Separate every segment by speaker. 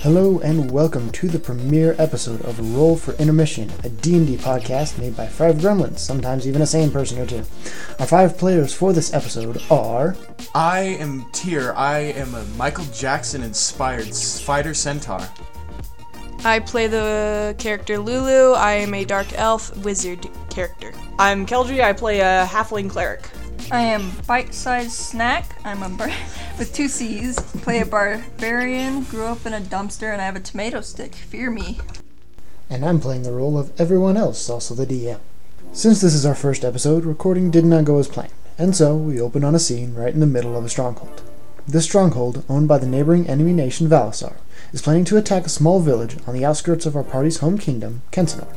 Speaker 1: Hello and welcome to the premiere episode of Roll for Intermission, a D&D podcast made by five gremlins, sometimes even a same person or two. Our five players for this episode are
Speaker 2: I am Tyr. I am a Michael Jackson inspired spider centaur.
Speaker 3: I play the character Lulu. I am a dark elf wizard character.
Speaker 4: I'm Keldry. I play a halfling cleric.
Speaker 5: I am Bite Sized Snack. I'm a bar- with two C's. Play a barbarian. Grew up in a dumpster, and I have a tomato stick. Fear me.
Speaker 1: and I'm playing the role of everyone else, also the DM. Since this is our first episode, recording did not go as planned, and so we open on a scene right in the middle of a stronghold. This stronghold, owned by the neighboring enemy nation Valasar, is planning to attack a small village on the outskirts of our party's home kingdom, Kensenor.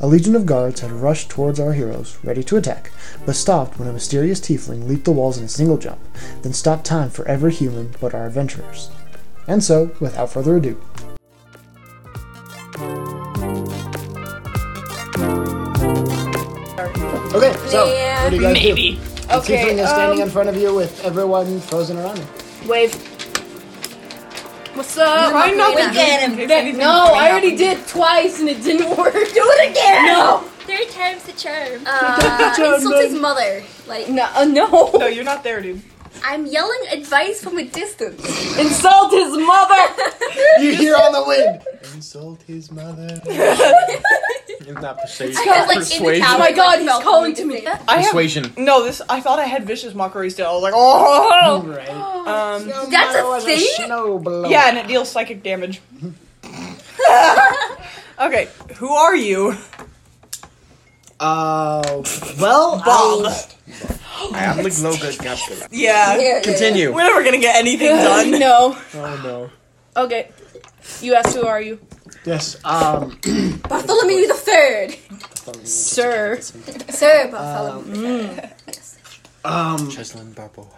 Speaker 1: A legion of guards had rushed towards our heroes, ready to attack, but stopped when a mysterious tiefling leaped the walls in a single jump, then stopped time for every human but our adventurers. And so, without further ado, Okay, so what do you guys Maybe. do? The
Speaker 6: Okay,
Speaker 1: tiefling is standing
Speaker 6: um,
Speaker 1: in front of you with everyone frozen around him.
Speaker 6: Wave. What's up?
Speaker 5: I'm not gonna get
Speaker 6: him. no, I already did twice and it didn't work. Do it again. No.
Speaker 7: Third time's the charm. Uh, insult his mother. Like,
Speaker 6: No. Uh, no.
Speaker 4: No, you're not there, dude.
Speaker 7: I'm yelling advice from a distance.
Speaker 4: Insult his mother.
Speaker 1: You hear on the wind. Insult his mother.
Speaker 2: If not persuasion.
Speaker 7: I was like in the
Speaker 2: Persuasion.
Speaker 7: tower.
Speaker 6: Oh my god, he's
Speaker 7: Felt
Speaker 6: calling to me.
Speaker 4: I have-
Speaker 2: Persuasion.
Speaker 4: no, this. I thought I had vicious mockery still. I was like, oh.
Speaker 1: Right.
Speaker 4: Um.
Speaker 7: That's a thing?
Speaker 1: Snowblower.
Speaker 4: Yeah, and it deals psychic damage. okay, who are you?
Speaker 1: Uh, well,
Speaker 4: Bob.
Speaker 1: I-
Speaker 2: I am the glow good captain.
Speaker 4: Yeah.
Speaker 2: Continue.
Speaker 4: We're never gonna get anything done.
Speaker 6: no.
Speaker 2: Oh no.
Speaker 6: Okay. You asked who are you?
Speaker 1: yes. Um,
Speaker 7: Bartholomew the Third.
Speaker 6: Sir.
Speaker 7: Sir Bartholomew.
Speaker 1: um,
Speaker 2: Cheslin Barbo.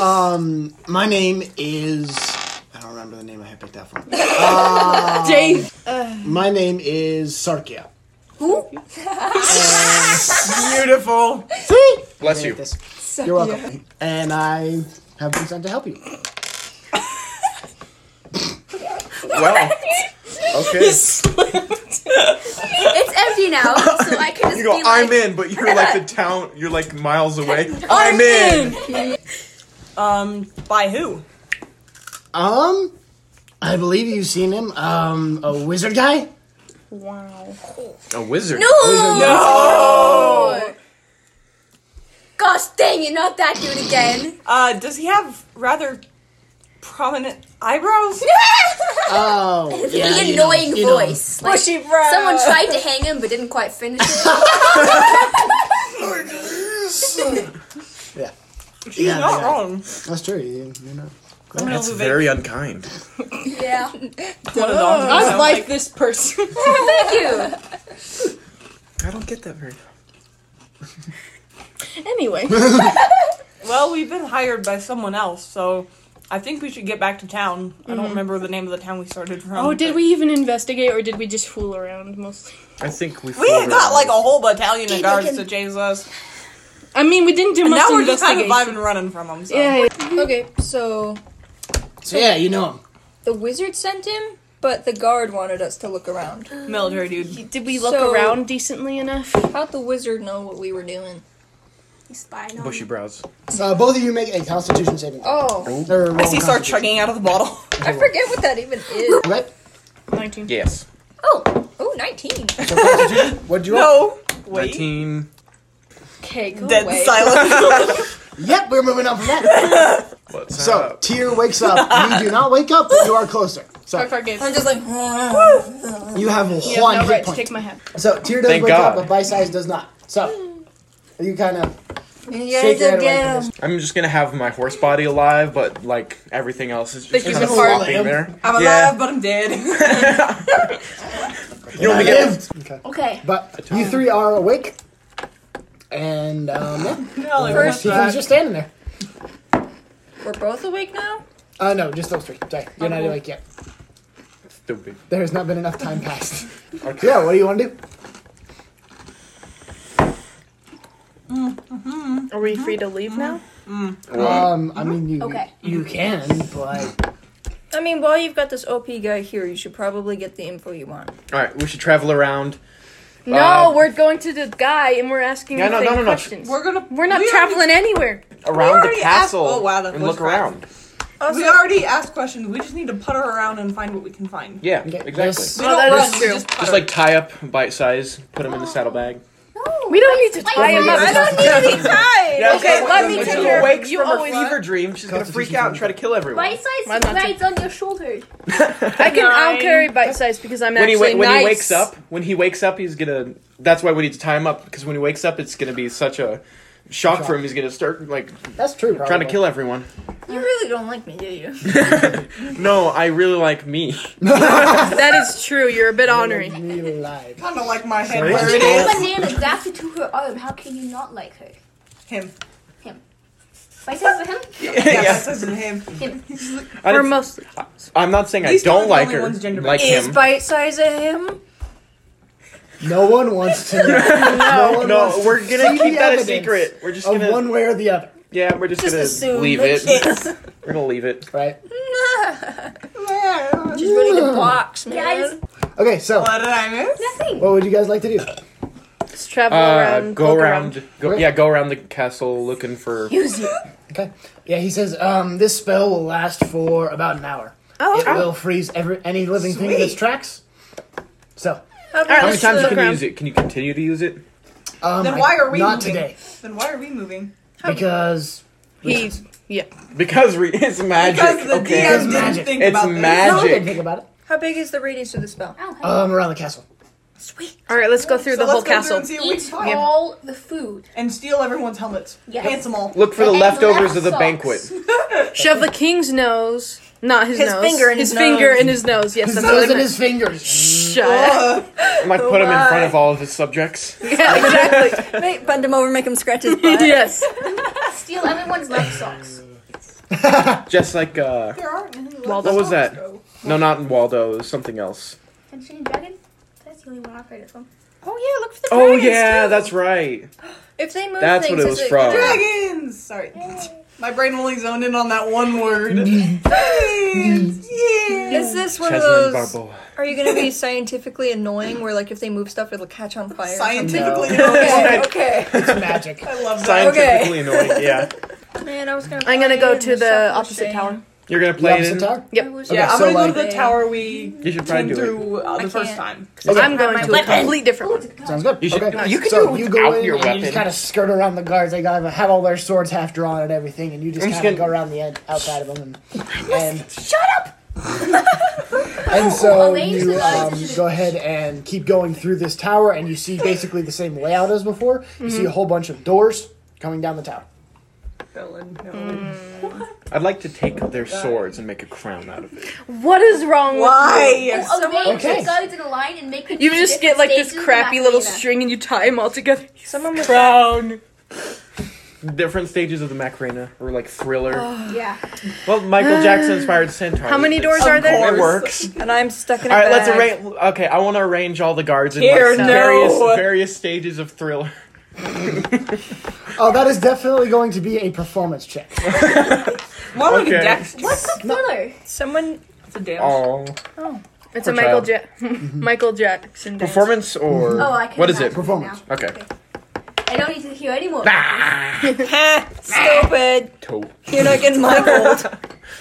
Speaker 1: um, my name is. I don't remember the name I had picked out for. him.
Speaker 6: Dave.
Speaker 1: My name is Sarkia.
Speaker 7: Who?
Speaker 4: Beautiful.
Speaker 2: Bless you.
Speaker 1: This. You're welcome. And I have been sent to help you.
Speaker 2: Well. Okay.
Speaker 7: It's empty now, so I can just
Speaker 2: You go,
Speaker 7: be like,
Speaker 2: I'm in, but you're like the town, you're like miles away. I'm in!
Speaker 4: Um. By who?
Speaker 1: Um, I believe you've seen him. Um, a wizard guy.
Speaker 2: A wizard.
Speaker 7: No. Gosh dang it! Not that dude again.
Speaker 4: Uh. Does he have rather prominent eyebrows?
Speaker 1: Oh,
Speaker 7: The
Speaker 1: yeah, you know,
Speaker 7: annoying
Speaker 1: you know.
Speaker 7: voice. Like, Someone tried to hang him but didn't quite finish it.
Speaker 1: Yeah,
Speaker 4: He's
Speaker 1: Yeah,
Speaker 4: not
Speaker 1: yeah.
Speaker 4: wrong.
Speaker 1: that's true. You, you know.
Speaker 2: That's very unkind.
Speaker 7: yeah.
Speaker 4: One of those.
Speaker 6: I like this person.
Speaker 7: Thank you.
Speaker 2: I don't get that very
Speaker 6: anyway.
Speaker 4: Well, we've been hired by someone else, so I think we should get back to town. I don't remember the name of the town we started from.
Speaker 6: Oh, did we even investigate or did we just fool around mostly?
Speaker 2: I think we
Speaker 4: We had got like a whole battalion of
Speaker 7: Keep
Speaker 4: guards to
Speaker 7: looking.
Speaker 4: chase us.
Speaker 6: I mean, we didn't do
Speaker 4: And
Speaker 6: much
Speaker 4: now we're just kind
Speaker 6: investigation.
Speaker 4: of vibing running from them. So.
Speaker 6: yeah,
Speaker 5: yeah. Okay, so
Speaker 1: So yeah, you know him.
Speaker 5: the wizard sent him, but the guard wanted us to look around.
Speaker 4: Military dude.
Speaker 6: Did we look
Speaker 5: So-
Speaker 6: around decently enough?
Speaker 5: How'd the wizard know what we were doing?
Speaker 7: He's spying on
Speaker 2: bushy
Speaker 7: me.
Speaker 2: brows.
Speaker 1: Uh, both of you make a Constitution saving. throw.
Speaker 5: Oh,
Speaker 1: Or roll
Speaker 4: I see
Speaker 1: Constitution.
Speaker 4: start chugging out of the bottle.
Speaker 5: I
Speaker 1: Oh.
Speaker 5: forget what that even is.
Speaker 1: Okay.
Speaker 6: 19.
Speaker 2: Yes.
Speaker 5: Oh, oh, 19.
Speaker 1: So Constitution. What'd you roll?
Speaker 4: No. Wait.
Speaker 2: 19.
Speaker 5: Okay, go
Speaker 4: Dead
Speaker 5: away.
Speaker 4: silence.
Speaker 1: Yep, we're moving on from that.
Speaker 2: What's
Speaker 1: so
Speaker 2: up?
Speaker 1: Tyr wakes up. You do not wake up, but you are closer. So
Speaker 5: I'm just like,
Speaker 1: you have one
Speaker 6: You have no
Speaker 1: hit
Speaker 6: right to
Speaker 1: point.
Speaker 6: take my hat.
Speaker 1: So Tyr does
Speaker 2: Thank
Speaker 1: wake up,
Speaker 2: God.
Speaker 1: but Bite Size does not. So you kind of
Speaker 5: you
Speaker 1: shake your head
Speaker 5: guys are
Speaker 1: away from
Speaker 5: gay.
Speaker 1: this.
Speaker 2: I'm just gonna have my horse body alive, but like everything else is just
Speaker 6: Like,
Speaker 2: kind of
Speaker 6: you can
Speaker 2: flopping
Speaker 1: farm.
Speaker 2: there.
Speaker 4: I'm alive,
Speaker 2: Yeah.
Speaker 4: but I'm dead.
Speaker 2: You only
Speaker 1: I
Speaker 2: get
Speaker 1: lived. Okay.
Speaker 7: Okay.
Speaker 1: But you three are awake, and um, yeah,
Speaker 4: First,
Speaker 1: Tiefling's just standing there.
Speaker 5: We're both awake now?
Speaker 1: Uh, no, just those three. Sorry, you're not awake yet.
Speaker 2: stupid.
Speaker 1: There has not been enough time passed. Yeah, what do you want to do?
Speaker 6: Are we free to leave now?
Speaker 8: Um, I mean, you
Speaker 7: Okay.
Speaker 1: You can, but
Speaker 5: I mean, while you've got this OP guy here, you should probably get the info you want.
Speaker 2: All right, we should travel around.
Speaker 6: No, we're going to the guy and we're asking
Speaker 2: Yeah,
Speaker 6: him
Speaker 2: Uh, no, no,
Speaker 6: the same
Speaker 2: no, no.
Speaker 6: questions.
Speaker 4: We're gonna.
Speaker 6: We're not
Speaker 4: we already-
Speaker 6: traveling anywhere.
Speaker 2: Around the
Speaker 4: already asked-
Speaker 2: castle
Speaker 4: oh, wow, that
Speaker 2: and
Speaker 4: was
Speaker 2: look
Speaker 4: fast.
Speaker 2: around.
Speaker 5: Also,
Speaker 4: We already asked questions. We just need to putter around and find what we can find.
Speaker 2: Yeah,
Speaker 1: Okay,
Speaker 2: exactly.
Speaker 1: yes.
Speaker 4: We
Speaker 6: Oh,
Speaker 4: don't
Speaker 6: that
Speaker 4: run.
Speaker 6: is
Speaker 4: We
Speaker 6: true.
Speaker 4: just, putter.
Speaker 2: Just like tie up bite size, put them in the saddlebag.
Speaker 6: We don't need to tie him up.
Speaker 7: I don't need any time.
Speaker 2: Yeah,
Speaker 6: Okay, let me
Speaker 2: When
Speaker 6: take
Speaker 2: she
Speaker 6: care of
Speaker 2: awakes
Speaker 6: you
Speaker 2: from her
Speaker 6: always-
Speaker 2: fever dream, she's gonna freak
Speaker 1: Constitution
Speaker 2: out and try to kill everyone.
Speaker 7: Bite
Speaker 6: Why
Speaker 7: size
Speaker 6: not?
Speaker 7: rides on your shoulder.
Speaker 6: I can I'll
Speaker 4: Nine.
Speaker 6: carry bite size because I'm
Speaker 2: When he,
Speaker 6: actually
Speaker 2: wa- when
Speaker 6: nice.
Speaker 2: he wakes up, when he wakes up, he's gonna. That's why we need to tie him up because when he wakes up, it's gonna be such a shock, for him. He's gonna start like
Speaker 1: That's true. Probably.
Speaker 2: trying to kill everyone.
Speaker 5: you really don't like me, do you?
Speaker 2: No, I really like me.
Speaker 6: That is true. You're a bit ornery.
Speaker 1: Me alive.
Speaker 4: Kind of like my head
Speaker 1: Sorry?
Speaker 4: where
Speaker 7: She
Speaker 4: it is.
Speaker 7: had a banana grafted to her arm. How can you not like her?
Speaker 4: Him.
Speaker 7: Bite size of him?
Speaker 4: Yeah,
Speaker 2: Yeah.
Speaker 4: that says in him.
Speaker 7: Him.
Speaker 5: Uh,
Speaker 2: I
Speaker 6: We're
Speaker 2: don't-
Speaker 6: mostly.
Speaker 2: I'm not saying I
Speaker 4: These are
Speaker 2: don't
Speaker 4: the
Speaker 2: like
Speaker 4: only
Speaker 2: her.
Speaker 4: ones gender
Speaker 2: Like
Speaker 5: Is
Speaker 2: him.
Speaker 5: bite size a him?
Speaker 1: No one wants to know. no, one wants
Speaker 2: No,
Speaker 1: to
Speaker 2: we're gonna
Speaker 1: see
Speaker 2: keep
Speaker 1: the
Speaker 2: that a
Speaker 1: evidence
Speaker 2: secret. We're just
Speaker 1: of
Speaker 2: gonna.
Speaker 1: one way or the other,
Speaker 2: yeah, we're just,
Speaker 5: Just
Speaker 2: gonna
Speaker 5: assume
Speaker 2: leave
Speaker 5: that
Speaker 2: it.
Speaker 5: it's-
Speaker 2: We're gonna leave it.
Speaker 1: right?
Speaker 5: She's ready to box, man.
Speaker 7: Yeah, I just
Speaker 1: Okay, so
Speaker 4: What did I miss?
Speaker 7: nothing.
Speaker 1: what would you guys like to do?
Speaker 6: Let's travel
Speaker 2: Uh,
Speaker 6: around.
Speaker 2: go
Speaker 6: poke
Speaker 2: around. Go,
Speaker 1: Okay.
Speaker 2: yeah, go around the castle looking for.
Speaker 1: Okay. Yeah, he says um, this spell will last for about an hour.
Speaker 6: Oh,
Speaker 1: it will freeze every any living thing in its
Speaker 4: Sweet.
Speaker 1: tracks. So,
Speaker 2: How many
Speaker 6: Alright,
Speaker 2: times
Speaker 6: look
Speaker 2: can you
Speaker 6: around.
Speaker 2: use it? Can you continue to use it?
Speaker 1: um,
Speaker 4: Then
Speaker 1: I-
Speaker 4: why are we
Speaker 1: not
Speaker 4: moving?
Speaker 1: today?
Speaker 4: Then why are we moving?
Speaker 1: Because
Speaker 6: He, yeah.
Speaker 2: Because re- it's magic.
Speaker 4: Because the
Speaker 2: okay.
Speaker 4: DM
Speaker 1: It's
Speaker 4: didn't
Speaker 1: magic.
Speaker 4: think
Speaker 2: It's
Speaker 4: about
Speaker 1: No, I didn't
Speaker 2: magic.
Speaker 1: think about it.
Speaker 5: How big is the radius of the spell?
Speaker 7: I don't have
Speaker 1: Um, around the castle.
Speaker 6: All right, let's go through
Speaker 4: this. So
Speaker 6: the whole
Speaker 4: let's go through
Speaker 6: castle.
Speaker 4: and see what we
Speaker 7: Eat
Speaker 4: can find.
Speaker 7: all the food.
Speaker 4: And steal everyone's helmets.
Speaker 7: Yes.
Speaker 4: Pants them all.
Speaker 2: Look for the
Speaker 7: And
Speaker 2: leftovers
Speaker 7: left
Speaker 2: of the
Speaker 7: socks.
Speaker 2: banquet.
Speaker 6: Shove the king's nose, not his,
Speaker 5: His
Speaker 6: nose.
Speaker 5: finger in his
Speaker 6: finger
Speaker 5: nose.
Speaker 6: in his nose. Yes,
Speaker 1: His
Speaker 6: that's what I
Speaker 1: nose and
Speaker 6: meant.
Speaker 1: his fingers.
Speaker 6: Shut. up.
Speaker 4: Uh,
Speaker 2: I'm like put him in front of all of his subjects.
Speaker 6: Yeah, exactly.
Speaker 5: Make, bend him over, make him scratch his butt.
Speaker 6: yes.
Speaker 7: Steal everyone's left socks.
Speaker 2: Just like uh,
Speaker 4: there aren't any left
Speaker 2: what was
Speaker 4: socks,
Speaker 2: that?
Speaker 4: though.
Speaker 2: No, not Waldo. It was something else.
Speaker 7: Dungeon Dragon? That's the only one I've heard it from.
Speaker 5: Oh yeah, look for the
Speaker 2: Oh
Speaker 5: dragons,
Speaker 2: yeah,
Speaker 5: too.
Speaker 2: that's right.
Speaker 5: if they move
Speaker 2: that's
Speaker 5: things,
Speaker 2: what it
Speaker 5: is
Speaker 2: was from.
Speaker 4: Dragons! Sorry. My brain only zoned in on that one word. Dragons! Yeah!
Speaker 5: Is this one of
Speaker 2: Chesman
Speaker 5: those?
Speaker 2: Barboa.
Speaker 5: Are you gonna be scientifically annoying? Where like if they move stuff, it'll catch on fire. or something?
Speaker 4: Scientifically,
Speaker 5: Okay, okay.
Speaker 1: Magic.
Speaker 4: I love that.
Speaker 2: Scientifically annoying. Yeah,
Speaker 5: Man, I was gonna.
Speaker 6: I'm gonna
Speaker 5: play
Speaker 6: go
Speaker 5: in
Speaker 6: to the
Speaker 5: stuff we're
Speaker 6: opposite
Speaker 5: saying.
Speaker 6: tower.
Speaker 2: you're gonna play
Speaker 1: Opposite
Speaker 2: it. In.
Speaker 1: tower.
Speaker 6: Yep.
Speaker 5: I was-
Speaker 4: Yeah,
Speaker 1: Okay,
Speaker 4: I'm
Speaker 1: so,
Speaker 4: gonna go to
Speaker 5: like-
Speaker 4: the tower we
Speaker 2: You should
Speaker 4: came
Speaker 2: probably do it.
Speaker 4: through uh, the
Speaker 5: I
Speaker 4: first
Speaker 5: can't.
Speaker 4: time.
Speaker 1: Okay.
Speaker 6: I'm going to a complete different one.
Speaker 1: Sounds good.
Speaker 2: You should-
Speaker 1: okay.
Speaker 2: no, you can
Speaker 1: so
Speaker 2: do it
Speaker 1: you go
Speaker 2: without
Speaker 1: in
Speaker 2: your
Speaker 1: and you
Speaker 2: weapon.
Speaker 1: just kind of skirt around the guards. They got have all their swords half drawn and everything, and you just
Speaker 2: I'm
Speaker 1: kind
Speaker 2: just
Speaker 1: of go
Speaker 2: gonna-
Speaker 1: around the end, outside of them. And, and,
Speaker 7: Shut up!
Speaker 1: and so
Speaker 7: Arrange the
Speaker 1: you um,
Speaker 7: guards.
Speaker 1: go ahead and keep going through this tower, and you see basically the same layout as before. You
Speaker 7: Mm-hmm.
Speaker 1: see a whole bunch of doors coming down the tower.
Speaker 2: I'd like to take their swords and make a crown out of it.
Speaker 6: What is wrong
Speaker 4: Why?
Speaker 7: Oh, arrange
Speaker 1: Okay.
Speaker 7: the guards in a line and make them
Speaker 6: with you?
Speaker 7: each
Speaker 6: just get
Speaker 7: different
Speaker 6: like this
Speaker 7: stages of
Speaker 6: crappy little
Speaker 7: Macarena.
Speaker 6: string and you tie them all together.
Speaker 5: Someone was.
Speaker 2: Crown. Different stages of the Macarena, or like Thriller.
Speaker 7: Yeah.
Speaker 2: Well, Michael Jackson inspired Centaur.
Speaker 6: How many
Speaker 2: It's-
Speaker 6: doors are there?
Speaker 2: It works.
Speaker 5: And I'm stuck in a
Speaker 2: All right, let's
Speaker 5: bag.
Speaker 2: arrange. Okay, I want to arrange all the guards in
Speaker 4: Here,
Speaker 2: like,
Speaker 4: no.
Speaker 2: various various stages of Thriller.
Speaker 1: Oh, that is definitely going to be a performance check.
Speaker 4: Why would
Speaker 2: Okay.
Speaker 4: a dex?
Speaker 7: What's the thriller?
Speaker 5: Someone.
Speaker 4: That's a damn.
Speaker 2: Oh,
Speaker 6: It's
Speaker 2: Poor
Speaker 6: a Michael,
Speaker 2: child. Mm-hmm.
Speaker 6: ja- Michael Jackson dance.
Speaker 2: performance or
Speaker 7: Oh, I can
Speaker 2: what is it?
Speaker 7: imagine
Speaker 1: Performance.
Speaker 7: now.
Speaker 2: Okay.
Speaker 7: I don't need to hear anymore.
Speaker 5: Heh, Stupid.
Speaker 2: Toe.
Speaker 5: You're not getting my gold.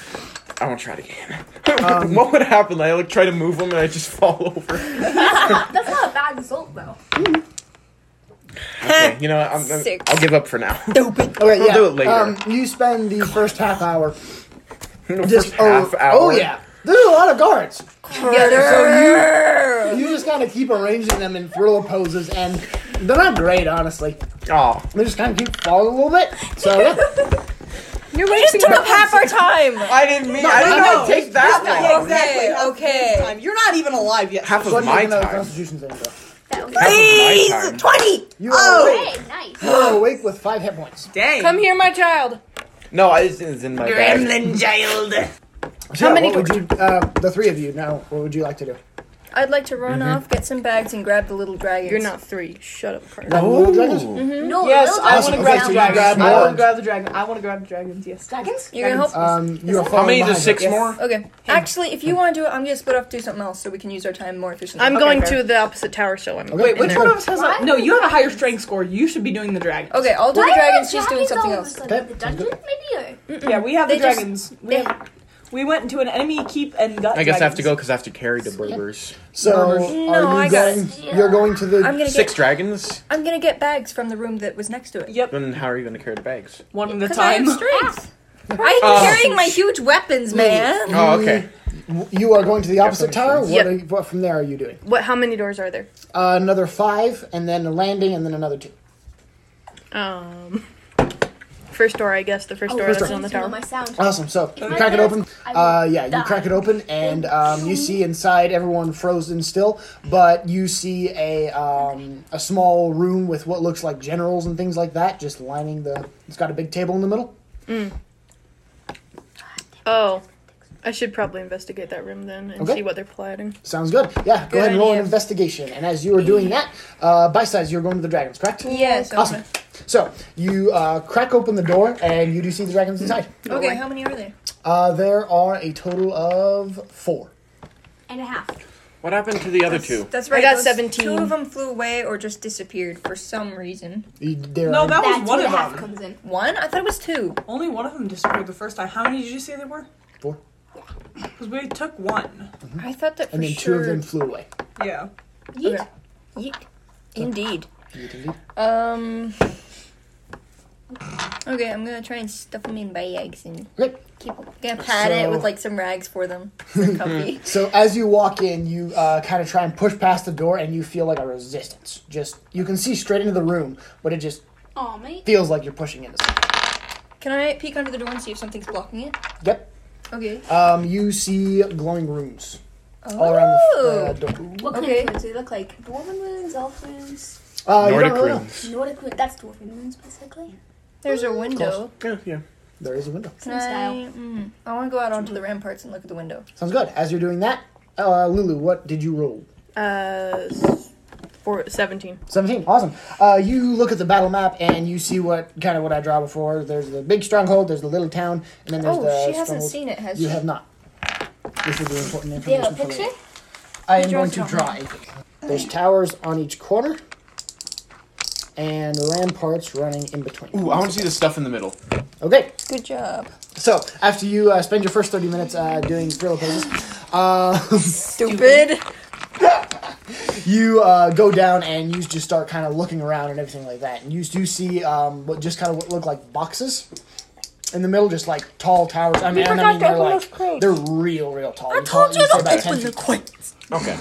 Speaker 2: I won't try it again. what would happen? I like try to move them and I just fall over.
Speaker 7: That's not a bad result, though.
Speaker 2: Okay, you know, what, I'm, I'm-
Speaker 5: Six.
Speaker 2: I'll give up for now.
Speaker 1: Okay,
Speaker 2: We'll
Speaker 1: yeah.
Speaker 2: do it later.
Speaker 1: Um, you spend the first half hour
Speaker 2: Just half
Speaker 1: oh,
Speaker 2: hour.
Speaker 1: Oh yeah, there's a lot of guards.
Speaker 5: Together.
Speaker 1: You just kind of keep arranging them in thriller poses, and they're not great, honestly.
Speaker 2: Oh,
Speaker 1: They just kind of keep falling a little bit. So yeah,
Speaker 5: You just took up half our time.
Speaker 2: I didn't mean. I didn't
Speaker 4: no, no.
Speaker 2: take that
Speaker 4: Yeah,
Speaker 2: long.
Speaker 4: exactly.
Speaker 5: Okay,
Speaker 4: Half of
Speaker 5: okay.
Speaker 4: the time. You're not even alive yet.
Speaker 2: Half of
Speaker 1: Go ahead and
Speaker 2: my
Speaker 1: make another
Speaker 2: time.
Speaker 1: Constitution saving throw.
Speaker 7: That was
Speaker 2: Half of my time.
Speaker 5: Twenty.
Speaker 1: You are,
Speaker 2: Oh!
Speaker 1: awake.
Speaker 7: Hey, nice.
Speaker 1: you are awake with five hit points.
Speaker 4: Dang.
Speaker 6: Come here, my child.
Speaker 2: No, I- it's, it's in my bag.
Speaker 4: Gremlin child.
Speaker 1: So, yeah,
Speaker 6: many
Speaker 1: what would you, uh, the three of you now? What would you like to do?
Speaker 5: I'd like to run off, get some bags, and grab the little dragons.
Speaker 6: You're not three. Shut up, Carter.
Speaker 1: Little dragons?
Speaker 2: Mm-hmm.
Speaker 7: No,
Speaker 4: Yes,
Speaker 7: little
Speaker 4: I
Speaker 7: dragons
Speaker 4: want to
Speaker 1: Okay,
Speaker 4: grab
Speaker 1: so you
Speaker 4: the dragons.
Speaker 1: grab
Speaker 4: I want
Speaker 1: more.
Speaker 4: to grab the dragon. I want to grab the dragons. Yes, dragons.
Speaker 5: You're gonna help.
Speaker 1: Um, you are
Speaker 2: How
Speaker 1: falling
Speaker 2: many does
Speaker 1: behind
Speaker 2: six
Speaker 1: us.
Speaker 2: more?
Speaker 5: Okay. Actually, if you want to do it, I'm gonna split off to do something else so we can use our time more efficiently.
Speaker 6: I'm
Speaker 5: okay.
Speaker 6: going
Speaker 5: fair.
Speaker 6: to the opposite tower, so I'm.
Speaker 1: Okay,
Speaker 4: Wait, which
Speaker 1: good.
Speaker 4: one of us has a? No, you have a higher strength score. You should be doing the dragons.
Speaker 5: Okay, I'll do
Speaker 7: Why
Speaker 5: the
Speaker 7: are
Speaker 5: dragons.
Speaker 7: there
Speaker 5: She's doing
Speaker 7: dragons
Speaker 5: something
Speaker 7: all of a
Speaker 5: else.
Speaker 7: sudden?
Speaker 1: Okay.
Speaker 7: The dungeon, maybe? Or?
Speaker 4: Yeah, we have the
Speaker 5: They just-
Speaker 4: dragons. we,
Speaker 5: they-
Speaker 4: have, we went into an enemy keep and got.
Speaker 2: I guess I have to
Speaker 4: dragons.
Speaker 2: go because I have to carry the burgers.
Speaker 1: So
Speaker 5: No,
Speaker 1: are you
Speaker 5: I got
Speaker 1: going? You're going to the.
Speaker 5: I'm gonna
Speaker 2: Six
Speaker 5: get.
Speaker 2: dragons?
Speaker 5: I'm gonna get bags from the room that was next to it.
Speaker 4: Yep,
Speaker 2: Then how are you going to carry the Um, bags?
Speaker 4: one at a
Speaker 5: Because I
Speaker 4: time.
Speaker 5: have strength. I'm carrying my huge weapons, man.
Speaker 2: Oh, okay.
Speaker 1: You are going to the opposite tower. What,
Speaker 6: Yep.
Speaker 1: are you, what from there are you doing?
Speaker 6: What? How many doors are there?
Speaker 1: Uh, another five, and then a landing, and then another two.
Speaker 6: Um, first door, I guess. The first
Speaker 5: Oh,
Speaker 6: door
Speaker 1: first
Speaker 6: that's
Speaker 1: door.
Speaker 6: on the
Speaker 7: You know
Speaker 6: tower.
Speaker 7: my sound.
Speaker 1: Awesome. So you
Speaker 7: my
Speaker 1: crack it
Speaker 7: parents-
Speaker 1: open.
Speaker 7: I
Speaker 1: Uh,
Speaker 7: will
Speaker 1: yeah, you
Speaker 7: die.
Speaker 1: crack it open, and um, you see inside everyone frozen still, but you see a um, a small room with what looks like generals and things like that, just lining the. It's got a big table in the middle.
Speaker 6: Oh, I should probably investigate that room then and
Speaker 1: Okay.
Speaker 6: see what they're plotting.
Speaker 1: Sounds good. Yeah, go
Speaker 5: Good
Speaker 1: ahead and roll an
Speaker 5: idea.
Speaker 1: investigation. And as you are doing that, uh, by size, you're going to the dragons, correct?
Speaker 5: Yeah, so I'm
Speaker 1: Awesome. So you uh, crack open the door, and you do see the dragons inside.
Speaker 5: gonna- Okay, how many are there?
Speaker 1: Uh, there are a total of four.
Speaker 7: And a half.
Speaker 2: What happened to the other two?
Speaker 5: That's
Speaker 6: I
Speaker 5: right.
Speaker 6: got
Speaker 5: those
Speaker 6: 17.
Speaker 5: Two of them flew away or just disappeared for some reason.
Speaker 1: You- There
Speaker 4: No,
Speaker 1: are
Speaker 4: that was
Speaker 7: That's
Speaker 4: one
Speaker 7: where
Speaker 4: of
Speaker 7: the half
Speaker 4: them.
Speaker 7: comes in.
Speaker 5: One? I thought it was two.
Speaker 4: Only one of them disappeared the first time. How many did you say there were?
Speaker 1: four,
Speaker 4: Because we took one.
Speaker 5: I thought that for
Speaker 1: and then
Speaker 5: sure.
Speaker 1: two of them flew away.
Speaker 4: Yeah.
Speaker 5: Yeet. Yeet. Indeed.
Speaker 1: Indeed.
Speaker 5: Um. Okay, I'm gonna try and stuff them in bags and
Speaker 1: Okay.
Speaker 5: keep. Gonna pad it with like some rags for them. So they're comfy.
Speaker 1: So as you walk in, you uh, kind of try and push past the door, and you feel like a resistance. Just you can see straight into the room, but it just
Speaker 7: Aw, mate.
Speaker 1: feels like you're pushing into something.
Speaker 5: Can I peek under the door and see if something's blocking it?
Speaker 1: Yep.
Speaker 5: Okay.
Speaker 1: Um, you see glowing rooms all around the,
Speaker 5: Oh.
Speaker 1: the door.
Speaker 7: What kind
Speaker 5: Okay.
Speaker 7: of moons? They look like dwarven moons, elf moons,
Speaker 1: Uh, you don't
Speaker 2: Nordic
Speaker 1: really know.
Speaker 2: rooms.
Speaker 7: Nordic moons. That's dwarven moons, basically.
Speaker 5: There's a window.
Speaker 2: Yeah, yeah.
Speaker 1: There is a window.
Speaker 5: Can
Speaker 7: Some style.
Speaker 5: I? Mm, I want to go out onto the ramparts and look at the window.
Speaker 1: Sounds good. As you're doing that, uh, Lulu, what did you roll?
Speaker 6: Uh, s- four, 17.
Speaker 1: 17. Awesome. Uh, you look at the battle map and you see what kind of what I draw before. There's the big stronghold, there's the little town, and then there's
Speaker 5: Oh,
Speaker 1: the.
Speaker 5: she hasn't
Speaker 1: stronghold-
Speaker 5: seen it, has
Speaker 1: You
Speaker 5: she?
Speaker 1: have not. This would be important
Speaker 7: Do you
Speaker 1: information
Speaker 7: have a
Speaker 1: for later.
Speaker 7: picture?
Speaker 1: I am going to draw a picture. There's towers on each corner and ramparts running in between.
Speaker 2: Ooh, I want to see the stuff in the middle.
Speaker 1: Okay.
Speaker 5: Good job.
Speaker 1: So after you uh, spend your first 30 minutes uh, doing uh, gorilla poses,
Speaker 5: Stupid.
Speaker 1: you uh, go down and you just start kind of looking around and everything like that. And you do see um, what just kind of what look like boxes in the middle, just like tall towers. I mean, I mean they're like they're real, real tall. I
Speaker 5: Told you
Speaker 1: tall,
Speaker 5: to open the quit.
Speaker 2: Okay.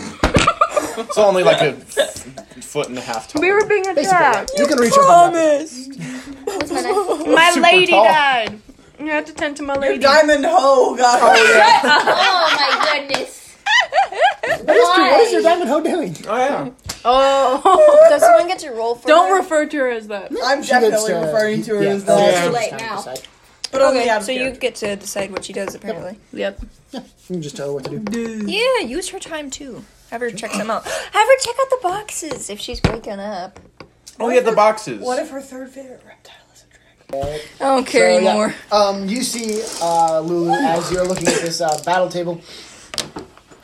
Speaker 2: it's only like a f- foot and a half tall.
Speaker 6: We're being
Speaker 1: Basically, yeah. you can reach over. that.
Speaker 7: Where's my knife?
Speaker 6: My
Speaker 2: Super
Speaker 6: lady
Speaker 2: tall.
Speaker 6: died. You have to tend to my lady.
Speaker 4: Diamond Ho got
Speaker 7: oh my goodness.
Speaker 1: That is true. What is your diamond hoe doing?
Speaker 2: Oh, yeah.
Speaker 6: Oh,
Speaker 5: Does someone get to roll for
Speaker 6: don't refer to her as that.
Speaker 4: I'm
Speaker 1: She gets to- yeah,
Speaker 2: that.
Speaker 1: Ellie's
Speaker 2: Too
Speaker 7: late
Speaker 1: kind of
Speaker 7: now.
Speaker 1: decide.
Speaker 4: But
Speaker 5: Okay,
Speaker 4: out of
Speaker 5: so you
Speaker 4: character.
Speaker 5: get to decide what she does, apparently.
Speaker 6: Yep.
Speaker 1: You can just tell her what to do.
Speaker 5: Yeah, use her time too. Have her check them out. Have her check out the boxes if she's waking up.
Speaker 2: Oh, yeah, the boxes.
Speaker 4: What if her third favorite reptile is a dragon?
Speaker 5: I don't care
Speaker 1: So, yeah.
Speaker 5: anymore.
Speaker 1: Um, you see, uh, Lulu, as you're looking at this uh, battle table,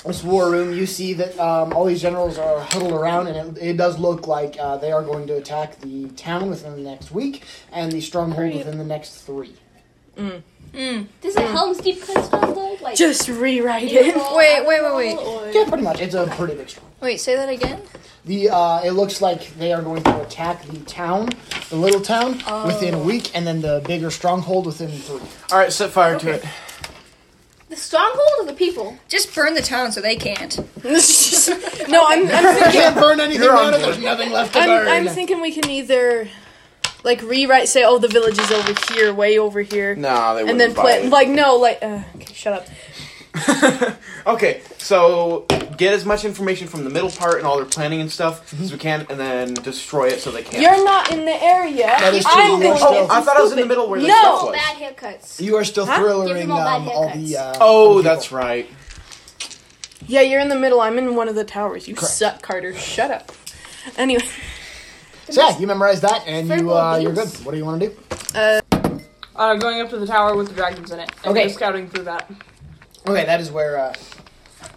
Speaker 1: this war room, you see that um, all these generals are huddled around, and it, it does look like uh, they are going to attack the town within the next week and the stronghold within the next three.
Speaker 7: Does it Helm's Deep kind of stuff look like?
Speaker 6: Just rewrite it.
Speaker 7: April,
Speaker 5: Wait, wait, wait, wait.
Speaker 7: April, or-
Speaker 1: Yeah, pretty much. It's a pretty big stronghold.
Speaker 5: Wait, say that again?
Speaker 1: The uh, it looks like they are going to attack the town, the little town,
Speaker 6: Oh.
Speaker 1: within a week, and then the bigger stronghold within three.
Speaker 2: All right, set fire to it.
Speaker 7: The stronghold of the people.
Speaker 5: Just burn the town so they can't.
Speaker 6: no, I'm, I'm,
Speaker 1: You can't burn anything
Speaker 2: You're on
Speaker 1: down, and
Speaker 2: board.
Speaker 1: there's nothing left to burn.
Speaker 6: I'm, I'm thinking we can either like rewrite, say, oh, the village is over here, way over here,
Speaker 2: Nah, they
Speaker 6: and
Speaker 2: wouldn't
Speaker 6: then
Speaker 2: buy
Speaker 6: plant.
Speaker 2: it.
Speaker 6: Like, no, like, uh, okay, shut up.
Speaker 2: Okay, so get as much information from the middle part and all their planning and stuff as we can, and then destroy it so they can't.
Speaker 6: You're not in the area.
Speaker 1: is true,
Speaker 6: I'm
Speaker 1: you
Speaker 6: the
Speaker 1: are
Speaker 2: oh, I thought I was in the
Speaker 6: stupid.
Speaker 2: middle where the
Speaker 6: No.
Speaker 2: stuff
Speaker 7: Oh,
Speaker 2: was.
Speaker 7: bad haircuts.
Speaker 1: You are still
Speaker 6: Huh?
Speaker 1: thrillering
Speaker 7: Give them
Speaker 1: all,
Speaker 7: all
Speaker 1: um,
Speaker 7: bad
Speaker 1: all the.
Speaker 7: haircuts.
Speaker 1: Uh,
Speaker 2: Oh,
Speaker 1: people.
Speaker 2: that's right.
Speaker 6: Yeah, you're in the middle. I'm in one of the towers. You
Speaker 1: Correct.
Speaker 6: suck, Carter. Shut up. Anyway,
Speaker 1: So yeah, you memorize that and you uh, you're good. What do you want to do?
Speaker 4: Uh, going up to the tower with the dragons in it. And
Speaker 1: Okay.
Speaker 4: okay. scouting through that.
Speaker 1: Okay, that is where. Uh,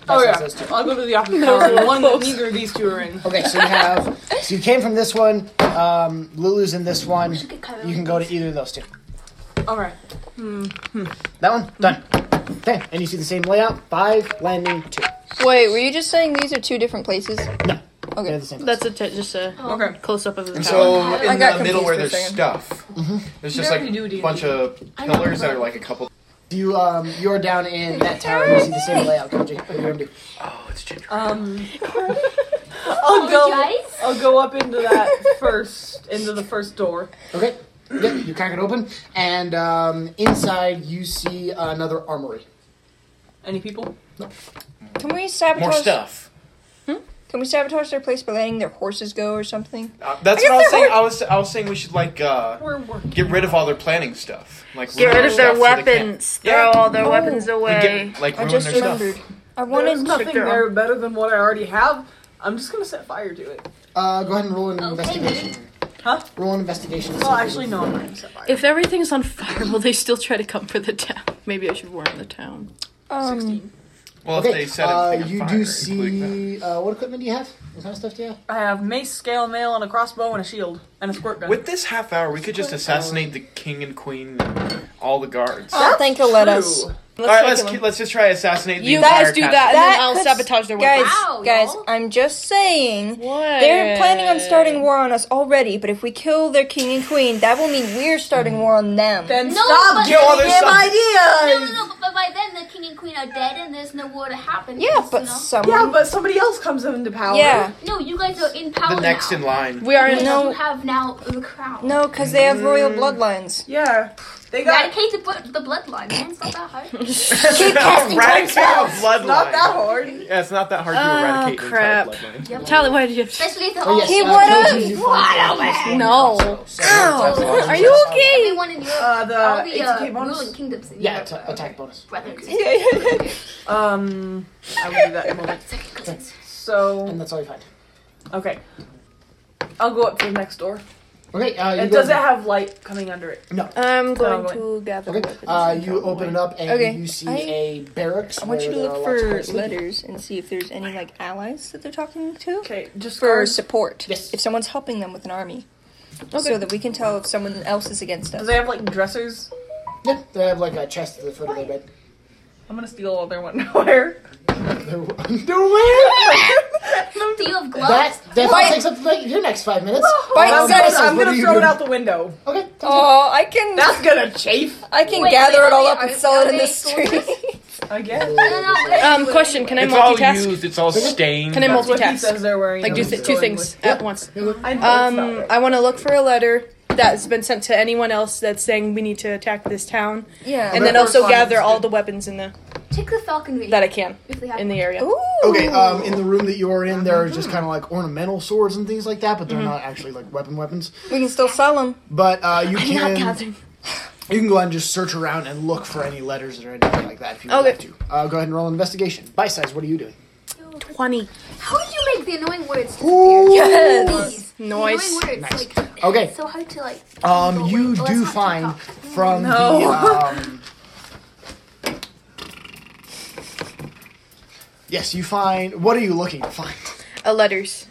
Speaker 4: Oh
Speaker 1: that's
Speaker 4: yeah.
Speaker 1: those two.
Speaker 4: I'll go to the opposite tower. The one that neither of these two are in.
Speaker 1: Okay, so you have so you came from this one. Um, Lulu's in this one. You can go to either of those two.
Speaker 4: All right.
Speaker 1: That one done. Okay, and you see the same layout. Five landing two.
Speaker 5: Wait, were you just saying these are two different places? Okay.
Speaker 1: They're the same.
Speaker 6: that's a t- just a
Speaker 4: Okay.
Speaker 6: close up of the
Speaker 2: And
Speaker 6: tower.
Speaker 2: so
Speaker 5: I
Speaker 2: in
Speaker 5: got
Speaker 2: the middle where
Speaker 5: confused for a
Speaker 2: there's
Speaker 5: second.
Speaker 2: stuff, there's just
Speaker 4: Never
Speaker 2: like
Speaker 4: do D&D.
Speaker 2: a bunch of pillars that are like a couple.
Speaker 1: You um you're down in that tower. and You see the same layout, Koji. What do you want to do?
Speaker 2: Oh, it's ginger.
Speaker 4: Um. I'll go.
Speaker 7: Oh, Guys?
Speaker 4: I'll go up into that first, into the first door.
Speaker 1: Okay. Yep, you crack it open, and um, inside you see another armory.
Speaker 4: Any people?
Speaker 5: Can we
Speaker 2: More
Speaker 5: sabotage?
Speaker 2: stuff.
Speaker 5: Can we sabotage their place by letting their horses go or something?
Speaker 2: Uh, that's what I was saying. I was I was saying we should like uh,
Speaker 4: We're working.
Speaker 2: get rid of all their planning stuff. Like
Speaker 9: Get
Speaker 2: ruin
Speaker 9: rid of their
Speaker 2: stuff so they can't-
Speaker 9: weapons. Throw all their weapons
Speaker 2: Like,
Speaker 9: away.
Speaker 2: get, like
Speaker 5: I
Speaker 2: ruin
Speaker 5: just
Speaker 2: their
Speaker 5: remembered.
Speaker 2: stuff.
Speaker 5: I wanted
Speaker 4: There's
Speaker 5: to.
Speaker 4: nothing there better than what I already have. I'm just gonna set fire to it.
Speaker 1: Uh, go ahead and roll an
Speaker 7: Okay,
Speaker 1: investigation.
Speaker 4: Huh?
Speaker 1: Roll an investigation. to see
Speaker 4: Well,
Speaker 1: if you
Speaker 4: actually,
Speaker 1: can-
Speaker 4: no, I'm not gonna set fire.
Speaker 6: If everything's on fire, will they still try to come for the town? Maybe I should warn the town.
Speaker 5: Um,
Speaker 2: Well,
Speaker 1: Okay.
Speaker 2: if they set
Speaker 1: uh,
Speaker 2: everything on
Speaker 1: you
Speaker 2: fire,
Speaker 1: do
Speaker 2: including that.
Speaker 1: see. Uh, what equipment do you have? What kind of stuff do you have?
Speaker 4: I have mace, scale mail, and a crossbow, and a shield, and a squirt gun.
Speaker 2: With this half hour, we could just assassinate the king and queen, and all the guards.
Speaker 5: I don't think he'll let us.
Speaker 4: Ooh.
Speaker 2: all right, let's ki- let's just try to assassinate the
Speaker 6: You
Speaker 2: entire
Speaker 6: guys do
Speaker 2: town.
Speaker 6: that,
Speaker 5: That
Speaker 6: and
Speaker 5: could-
Speaker 6: then I'll sabotage their
Speaker 5: Guys,
Speaker 6: weapons.
Speaker 7: Wow,
Speaker 5: guys,
Speaker 7: y'all.
Speaker 5: I'm just saying.
Speaker 6: What?
Speaker 5: They're planning on starting war on us already, but if we kill their king and queen, that will mean we're starting war on them.
Speaker 4: Then
Speaker 7: No,
Speaker 4: stop
Speaker 7: but-
Speaker 4: giving
Speaker 2: Yo, there's
Speaker 4: him
Speaker 2: some-
Speaker 7: No,
Speaker 4: ideas.
Speaker 7: no, no, but by then the king and queen are dead and there's no war to happen.
Speaker 5: yeah,
Speaker 7: because,
Speaker 5: but
Speaker 7: you know-
Speaker 5: someone.
Speaker 4: Yeah, but somebody else comes into power.
Speaker 5: Yeah.
Speaker 7: No, you guys are in power
Speaker 2: The next
Speaker 7: now.
Speaker 2: in line.
Speaker 6: We are
Speaker 7: Because
Speaker 6: in
Speaker 5: No.
Speaker 7: You have now the crown.
Speaker 5: No, because they have royal bloodlines.
Speaker 4: Yeah. They got
Speaker 7: Eradicate the, bu- the bloodline, man. It's not that hard.
Speaker 2: Eradicate a bloodline.
Speaker 4: not that hard.
Speaker 2: Yeah, it's not that hard to
Speaker 6: Oh,
Speaker 2: eradicate
Speaker 6: crap.
Speaker 2: the entire bloodline.
Speaker 7: Yep.
Speaker 6: Tally, why did you have to?
Speaker 7: Especially the
Speaker 1: Oh,
Speaker 7: all
Speaker 1: yes.
Speaker 5: He
Speaker 1: uh, Koji,
Speaker 5: would've-
Speaker 1: you find-
Speaker 6: No.
Speaker 1: So, that's
Speaker 2: Ow.
Speaker 1: awesome.
Speaker 6: Are you okay?
Speaker 7: Everyone in Europe.
Speaker 4: Uh,
Speaker 7: all
Speaker 4: the
Speaker 7: the
Speaker 4: ATK
Speaker 7: uh,
Speaker 4: bonus?
Speaker 7: ruling kingdoms in
Speaker 1: Yeah,
Speaker 7: Europe.
Speaker 1: it's a- attack bonus.
Speaker 7: Brothers.
Speaker 4: Um, I will do that in a moment.
Speaker 7: Second cousins.
Speaker 1: And
Speaker 4: So,
Speaker 1: that's all you find.
Speaker 4: okay. I'll go up to the next door.
Speaker 1: Okay, uh, you
Speaker 4: And
Speaker 1: go
Speaker 4: does it have light coming under it?
Speaker 5: I'm going
Speaker 4: Probably.
Speaker 5: to gather
Speaker 1: Okay,
Speaker 5: weapons.
Speaker 1: uh, you open it up and
Speaker 5: Okay,
Speaker 1: you see
Speaker 5: I-
Speaker 1: a barracks.
Speaker 5: I want you to
Speaker 1: where there
Speaker 5: look
Speaker 1: are lots of
Speaker 5: for
Speaker 1: places.
Speaker 5: letters and see if there's any like allies that they're talking to
Speaker 4: Okay, just
Speaker 5: for
Speaker 4: first.
Speaker 5: support.
Speaker 1: Yes.
Speaker 5: If someone's helping them with an army, so that we can tell if someone else is against
Speaker 4: Do
Speaker 5: us.
Speaker 4: they have like dressers?
Speaker 1: Yeah, they have like a chest at the foot of their bed.
Speaker 4: I'm gonna steal all their underwear.
Speaker 1: Their underwear.
Speaker 7: Do you have gloves? Oh,
Speaker 1: that that
Speaker 5: Wait.
Speaker 1: takes up like, your next five minutes.
Speaker 5: Bite
Speaker 4: I'm,
Speaker 5: size.
Speaker 4: gonna, I'm
Speaker 1: What
Speaker 4: gonna
Speaker 1: are you
Speaker 4: throw it
Speaker 1: doing?
Speaker 4: out the window.
Speaker 1: Okay.
Speaker 5: Oh, I can
Speaker 4: That's gonna chafe.
Speaker 5: I can
Speaker 7: Wait,
Speaker 5: gather
Speaker 7: wait,
Speaker 5: it all
Speaker 7: are
Speaker 5: up
Speaker 7: they-
Speaker 5: and
Speaker 7: are-
Speaker 5: sell it
Speaker 7: are
Speaker 5: in the
Speaker 7: they
Speaker 5: street.
Speaker 4: I guess.
Speaker 7: No, no, no,
Speaker 6: Um, question: Can I
Speaker 2: It's all
Speaker 6: multitask?
Speaker 2: used. It's all stained.
Speaker 6: Can I
Speaker 4: That's what he
Speaker 6: multitask?
Speaker 4: says they're wearing.
Speaker 6: Like do
Speaker 4: I'm
Speaker 6: th-
Speaker 4: just
Speaker 6: two
Speaker 4: going
Speaker 6: things
Speaker 4: with-
Speaker 6: at once.
Speaker 4: I know it's not
Speaker 6: Um,
Speaker 4: right.
Speaker 6: I want to look for a letter that's been sent to anyone else that's saying we need to attack this town,
Speaker 5: yeah.
Speaker 6: and then
Speaker 4: Or
Speaker 6: also gather
Speaker 4: correspondence.
Speaker 6: all the weapons in the
Speaker 7: Check the falconry.
Speaker 6: that I can
Speaker 7: if they have
Speaker 6: in the area.
Speaker 5: Ooh.
Speaker 1: Okay, um, in the room that you're in, there are
Speaker 5: Mm-hmm.
Speaker 1: just kind of like ornamental swords and things like that, but they're not actually like weapon weapons.
Speaker 5: we can still sell them.
Speaker 1: But uh, you
Speaker 7: not
Speaker 1: can
Speaker 7: gathering.
Speaker 1: you can go and just search around and look for any letters or anything like that if you would
Speaker 6: Okay.
Speaker 1: like to. Uh, go ahead and roll an investigation. Bite size, what are you doing?
Speaker 6: Twenty.
Speaker 7: How did you make the annoying words disappear?
Speaker 5: Yes.
Speaker 7: Please. The
Speaker 6: Nice.
Speaker 7: Annoying words. Like,
Speaker 1: Okay.
Speaker 7: It's so hard to like.
Speaker 1: Um,
Speaker 7: go
Speaker 1: you do
Speaker 7: away. Well, it's hard to
Speaker 1: find
Speaker 7: talk.
Speaker 1: from the um, yes, you find. What are you looking to find?
Speaker 6: Uh, letters.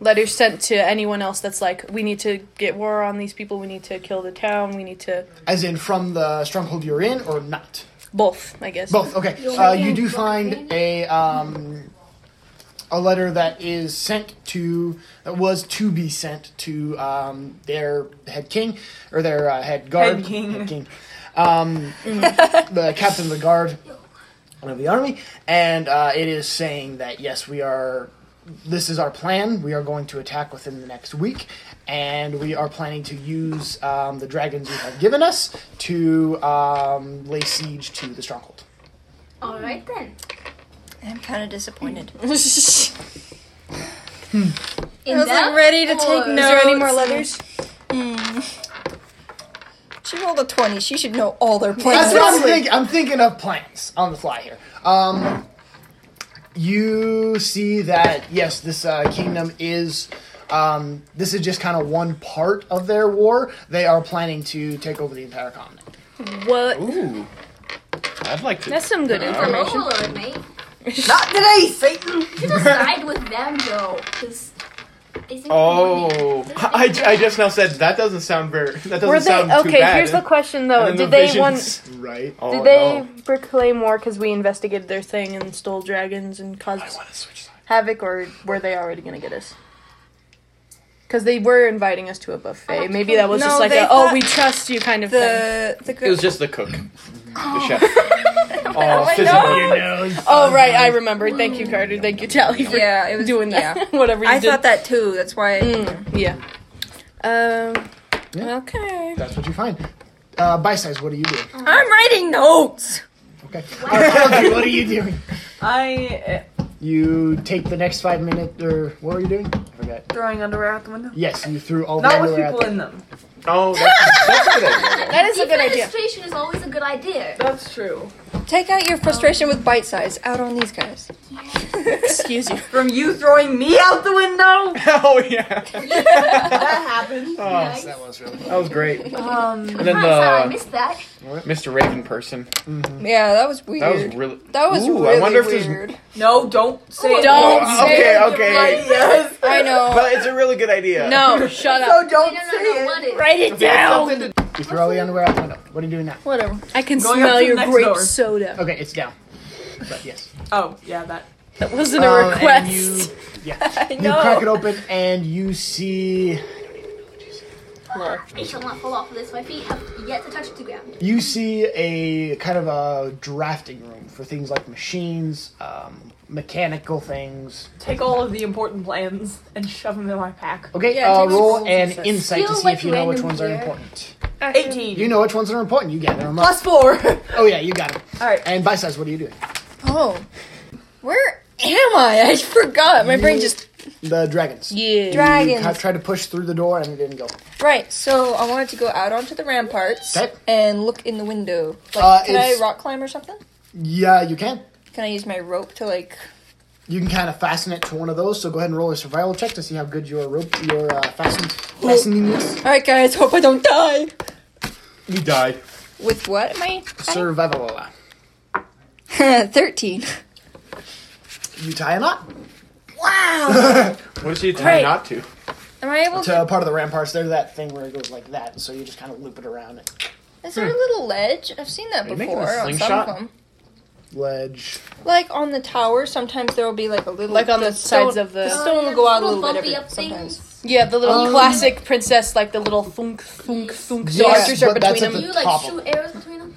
Speaker 6: Letters sent to anyone else that's like, we need to get war on these people, we need to kill the town, we need to.
Speaker 1: As in from the stronghold you're in, or not?
Speaker 6: Both, I guess.
Speaker 1: Both. Okay. Uh, you do find a um, a letter that is sent to that was to be sent to um, their head king or their uh, head guard.
Speaker 4: Head king.
Speaker 1: Um, the captain of the guard of the army, and uh, it is saying that yes, we are. This is our plan. We are going to attack within the next week, and we are planning to use um, the dragons you have given us to um, lay siege to the stronghold.
Speaker 7: All right then.
Speaker 5: I'm kind of disappointed.
Speaker 7: In
Speaker 5: I was like
Speaker 7: that
Speaker 5: ready to take
Speaker 7: or-
Speaker 5: notes.
Speaker 6: Is there any more letters?
Speaker 5: She rolled a twenty. She should know all their plans.
Speaker 1: That's what I'm thinking. I'm thinking of plans on the fly here. Um, you see that yes, this uh, kingdom is. Um, this is just kind of one part of their war. They are planning to take over the entire continent.
Speaker 6: What?
Speaker 2: Ooh. I'd like to.
Speaker 6: That's some good information.
Speaker 7: Oh, Lord, mate.
Speaker 4: Not today, Satan!
Speaker 7: You just side with them, though, because they think
Speaker 2: Oh, I, j- I just now said that doesn't sound very. That doesn't
Speaker 6: Were they
Speaker 2: sound too
Speaker 6: okay?
Speaker 2: bad.
Speaker 6: Here's the question though:
Speaker 2: And then
Speaker 6: Did
Speaker 2: the
Speaker 6: they want?
Speaker 2: visions.
Speaker 1: Right.
Speaker 2: Oh,
Speaker 6: Did they
Speaker 2: no.
Speaker 6: proclaim war because we investigated their thing and stole dragons and caused
Speaker 2: I want to switch sides.
Speaker 6: havoc, or were they already gonna get us? Because they were inviting us to a buffet. Maybe that was
Speaker 5: No,
Speaker 6: just like,
Speaker 5: they
Speaker 6: a, oh,
Speaker 5: thought
Speaker 6: we trust you kind of thing.
Speaker 5: The the
Speaker 2: It was just the cook, the chef. oh, physically.
Speaker 6: Oh right, I remember. Thank you, Carter. Thank you, Tally, for
Speaker 5: yeah, it was
Speaker 6: doing that.
Speaker 5: Yeah.
Speaker 6: Whatever you
Speaker 5: I
Speaker 6: did. Mm,
Speaker 5: thought that too. That's why.
Speaker 6: yeah. Um.
Speaker 1: Yeah.
Speaker 6: Okay.
Speaker 1: That's what you find. Uh, Bite size. What are you doing?
Speaker 5: I'm writing notes.
Speaker 1: Okay. Uh, Audrey, what are you doing?
Speaker 4: I. eh,
Speaker 1: You take the next five minutes, or what are you doing? I forgot.
Speaker 4: Throwing underwear out the window?
Speaker 1: Yes, you threw all the
Speaker 4: Not with
Speaker 1: underwear out
Speaker 4: people
Speaker 1: the-
Speaker 4: in them.
Speaker 2: Oh, that's, that's a good idea.
Speaker 6: That is a good idea.
Speaker 7: Administration is always a good idea.
Speaker 4: That's true.
Speaker 5: Take out your frustration with bite size out on these guys.
Speaker 6: Excuse you.
Speaker 4: From you throwing me out the window?
Speaker 2: Oh yeah, Oh,
Speaker 4: that happened.
Speaker 7: Nice.
Speaker 1: That was really
Speaker 2: that was great.
Speaker 4: Um,
Speaker 2: And then
Speaker 7: I'm sorry, I
Speaker 2: the
Speaker 7: missed that.
Speaker 2: Mr. Raven person.
Speaker 5: Yeah, that was weird.
Speaker 2: That was really.
Speaker 5: That was
Speaker 2: Ooh, I
Speaker 5: really
Speaker 2: wonder if there's-
Speaker 5: weird.
Speaker 4: no, don't say it.
Speaker 6: Don't
Speaker 2: Oh, okay, okay.
Speaker 4: Yes.
Speaker 5: I know.
Speaker 2: But it's a really good idea.
Speaker 6: No, shut up.
Speaker 4: So don't
Speaker 7: No, no,
Speaker 4: say
Speaker 7: no, no,
Speaker 4: it.
Speaker 7: what is?
Speaker 6: Write it down.
Speaker 1: You throw all the underwear out the window. What are you doing now?
Speaker 6: Whatever. I can
Speaker 4: Going up
Speaker 6: smell
Speaker 4: to the
Speaker 6: your
Speaker 4: next
Speaker 6: grape
Speaker 4: door.
Speaker 6: soda.
Speaker 1: Okay, it's down. But yes.
Speaker 4: Oh, yeah, that.
Speaker 6: That wasn't a
Speaker 1: Um, and
Speaker 6: request.
Speaker 1: you-
Speaker 5: I
Speaker 1: You crack it
Speaker 5: know.
Speaker 1: open and you see
Speaker 7: I shall not fall off of this. My feet have yet to touch the ground.
Speaker 1: you see a kind of a drafting room for things like machines, um, mechanical things.
Speaker 4: Take all of the important plans and shove them in my pack.
Speaker 1: Okay,
Speaker 5: Yeah,
Speaker 1: uh,
Speaker 5: take
Speaker 1: roll
Speaker 5: rolls
Speaker 1: an
Speaker 5: and such.
Speaker 1: insight to
Speaker 7: Feel
Speaker 1: see
Speaker 7: like
Speaker 1: if you know which
Speaker 7: random
Speaker 1: ones are
Speaker 7: gear.
Speaker 1: important.
Speaker 4: 18.
Speaker 1: You know which ones are important. You gather them up.
Speaker 4: Plus four.
Speaker 1: Oh yeah, you got it.
Speaker 4: Alright.
Speaker 1: And by size, what are you doing?
Speaker 5: Oh, where am I? I forgot. My brain just
Speaker 1: The dragons.
Speaker 6: yeah.
Speaker 5: dragons.
Speaker 1: I tried to push through the door and it didn't go.
Speaker 5: Right, so I wanted to go out onto the ramparts
Speaker 1: Okay.
Speaker 5: and look in the window. Like,
Speaker 1: Uh,
Speaker 5: can I
Speaker 1: it's-
Speaker 5: rock climb or something?
Speaker 1: Yeah, you can.
Speaker 5: Can I use my rope to like?
Speaker 1: You can kind of fasten it to one of those. So go ahead and roll a survival check to see how good your rope, your uh, fasten, fastening is.
Speaker 5: All right, guys, hope I don't die.
Speaker 2: you died.
Speaker 5: With what am I?
Speaker 1: Survival. uh,
Speaker 5: Thirteen.
Speaker 1: You tie a knot
Speaker 2: What did you try
Speaker 5: Great.
Speaker 2: not to?
Speaker 5: Am I able to?
Speaker 1: to part of the ramparts. There's that thing where it goes like that, so you just kind of loop it around it.
Speaker 5: Is there a little ledge? I've seen that
Speaker 2: Are you making a
Speaker 5: before on some
Speaker 2: slingshot?
Speaker 5: of them.
Speaker 1: Ledge.
Speaker 5: Like on the tower, sometimes there will be like a little
Speaker 6: Like on the sides
Speaker 5: stone-
Speaker 6: of the-
Speaker 5: the stone will go out a little bit
Speaker 7: bumpy
Speaker 5: every,
Speaker 7: up
Speaker 5: sometimes.
Speaker 7: things.
Speaker 6: Yeah, the little classic princess, like the little thunk, thunk, thunk. So
Speaker 1: Yes,
Speaker 6: archers are
Speaker 1: but that's
Speaker 6: between
Speaker 1: at
Speaker 6: them.
Speaker 1: the-
Speaker 7: You like
Speaker 1: Top 'em.
Speaker 7: shoot arrows between them.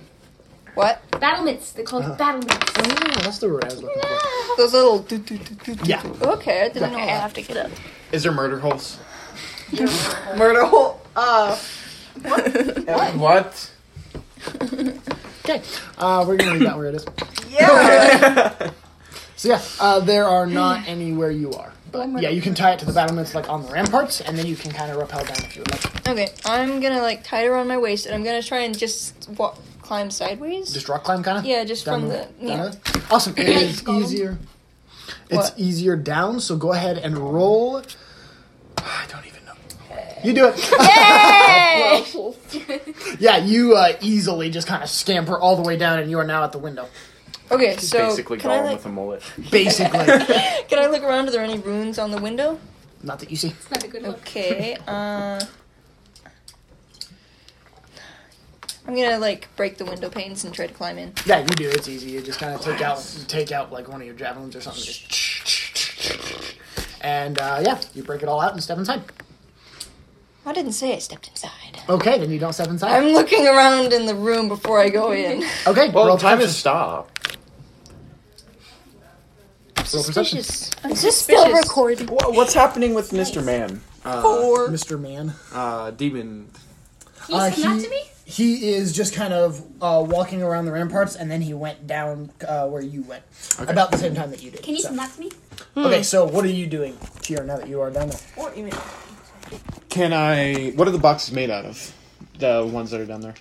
Speaker 5: What?
Speaker 7: Battlements. They're called battlements.
Speaker 1: Oh, that's the word I was looking for.
Speaker 5: Those little. Do, do, do, do, do.
Speaker 1: Yeah.
Speaker 5: Okay, I didn't know
Speaker 6: I
Speaker 5: that.
Speaker 6: have to get up.
Speaker 2: Is there murder holes?
Speaker 4: Murder hole. Uh,
Speaker 2: What? What?
Speaker 1: Okay, uh, we're gonna leave that where it is.
Speaker 4: yeah.
Speaker 1: So yeah, uh, there are not any where you are. But yeah, you can tie it to the battlements like on the ramparts, and then you can kind of rappel down if you would like.
Speaker 5: Okay, I'm gonna like tie it around my waist, and I'm gonna try and just walk, climb sideways.
Speaker 1: Just rock climb kind of.
Speaker 5: Yeah, just from the. Yeah.
Speaker 1: Awesome. It is
Speaker 7: Golem.
Speaker 1: easier. It's
Speaker 5: What?
Speaker 1: easier down, so go ahead and roll. I don't even know. You do it.
Speaker 5: Yay!
Speaker 1: yeah, you uh, easily just kind of scamper all the way down, and you are now at the window.
Speaker 5: okay, so
Speaker 2: Basically,
Speaker 5: can I
Speaker 2: Gollum
Speaker 5: like
Speaker 2: with a mullet.
Speaker 1: Basically,
Speaker 5: can I look around? Are there any runes on the window?
Speaker 1: not that you see.
Speaker 7: It's not a good look.
Speaker 5: Okay. Uh, I'm gonna like break the window panes and try to climb in.
Speaker 1: Yeah, you do. It's easy. You just kind of take out, you take out like one of your javelins or something. Just and uh, yeah, you break it all out and step inside.
Speaker 5: I didn't say I stepped inside.
Speaker 1: Okay, then you don't step inside.
Speaker 5: I'm looking around in the room before I go in.
Speaker 1: okay,
Speaker 2: Well,
Speaker 1: roll perception.
Speaker 2: time has stopped.
Speaker 1: Roll perception.
Speaker 5: Suspicious. Is this still recording?
Speaker 2: What's happening with Mr. Man?
Speaker 1: Mr. Man.
Speaker 2: Uh, demon.
Speaker 7: Can you
Speaker 1: Uh,
Speaker 7: send
Speaker 1: he-
Speaker 7: that to me?
Speaker 1: He is just kind of uh, walking around the ramparts, and then he went down uh, where you went, about the same time that you did.
Speaker 7: Can you
Speaker 1: so.
Speaker 7: send that to me?
Speaker 1: Okay, so what are you doing here now that you are down there?
Speaker 4: What you mean?
Speaker 2: Can I? What are the boxes made out of? The ones that are down there.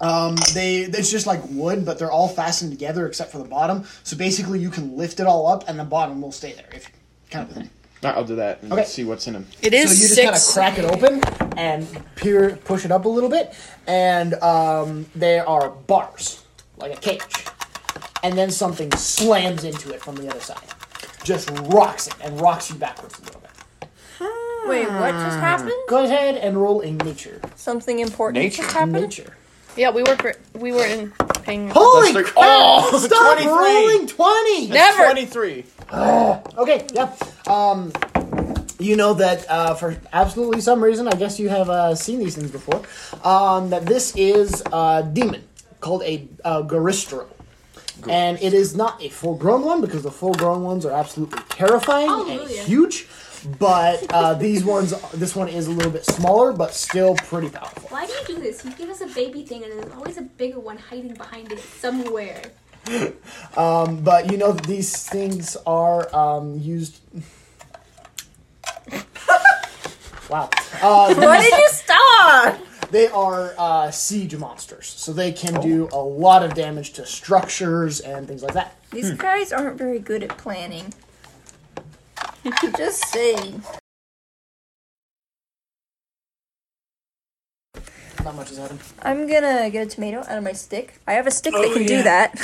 Speaker 1: Um, they it's just like wood, but they're all fastened together except for the bottom. So basically, you can lift it all up, and the bottom will stay there. If kind of a thing.
Speaker 2: Alright, I'll do that and
Speaker 1: Okay.
Speaker 2: see what's in him.
Speaker 6: It
Speaker 1: So
Speaker 6: is
Speaker 1: you just kind of
Speaker 6: six.
Speaker 1: crack it open and peer, push it up a little bit, and um, there are bars like a cage, and then something slams into it from the other side, just rocks it and rocks you backwards a little bit.
Speaker 5: Wait, what just
Speaker 10: Ah.
Speaker 5: happened?
Speaker 1: Go ahead and roll a nature.
Speaker 5: Something important
Speaker 2: Nature.
Speaker 5: just happened.
Speaker 1: Nature.
Speaker 6: Yeah, we were for, we were in paying.
Speaker 1: Holy
Speaker 2: That's
Speaker 1: crap!
Speaker 2: like- Oh,
Speaker 1: Stop
Speaker 2: 23.
Speaker 1: rolling twenty.
Speaker 6: Never.
Speaker 2: Twenty-three.
Speaker 1: Okay, yeah. Um, you know that uh, for absolutely some reason, I guess you have uh, seen these things before. Um, that this is a demon called a uh, Garistro. And it is not a full grown one because the full grown ones are absolutely terrifying and
Speaker 7: Hallelujah.
Speaker 1: huge. But uh, these ones, this one is a little bit smaller, but still pretty powerful.
Speaker 7: Why do you do this? You give us a baby thing, and there's always a bigger one hiding behind it somewhere.
Speaker 1: But you know that these things are um, used. wow. Uh,
Speaker 5: Why did you stop?
Speaker 1: They are uh, siege monsters, so they can do
Speaker 5: Oh.
Speaker 1: a lot of damage to structures and things like that.
Speaker 5: These
Speaker 2: Hmm.
Speaker 5: guys aren't very good at planning. Just saying.
Speaker 1: Not much has happened.
Speaker 5: I'm gonna get a tomato out of my stick. I have a stick
Speaker 2: Oh,
Speaker 5: that can do that.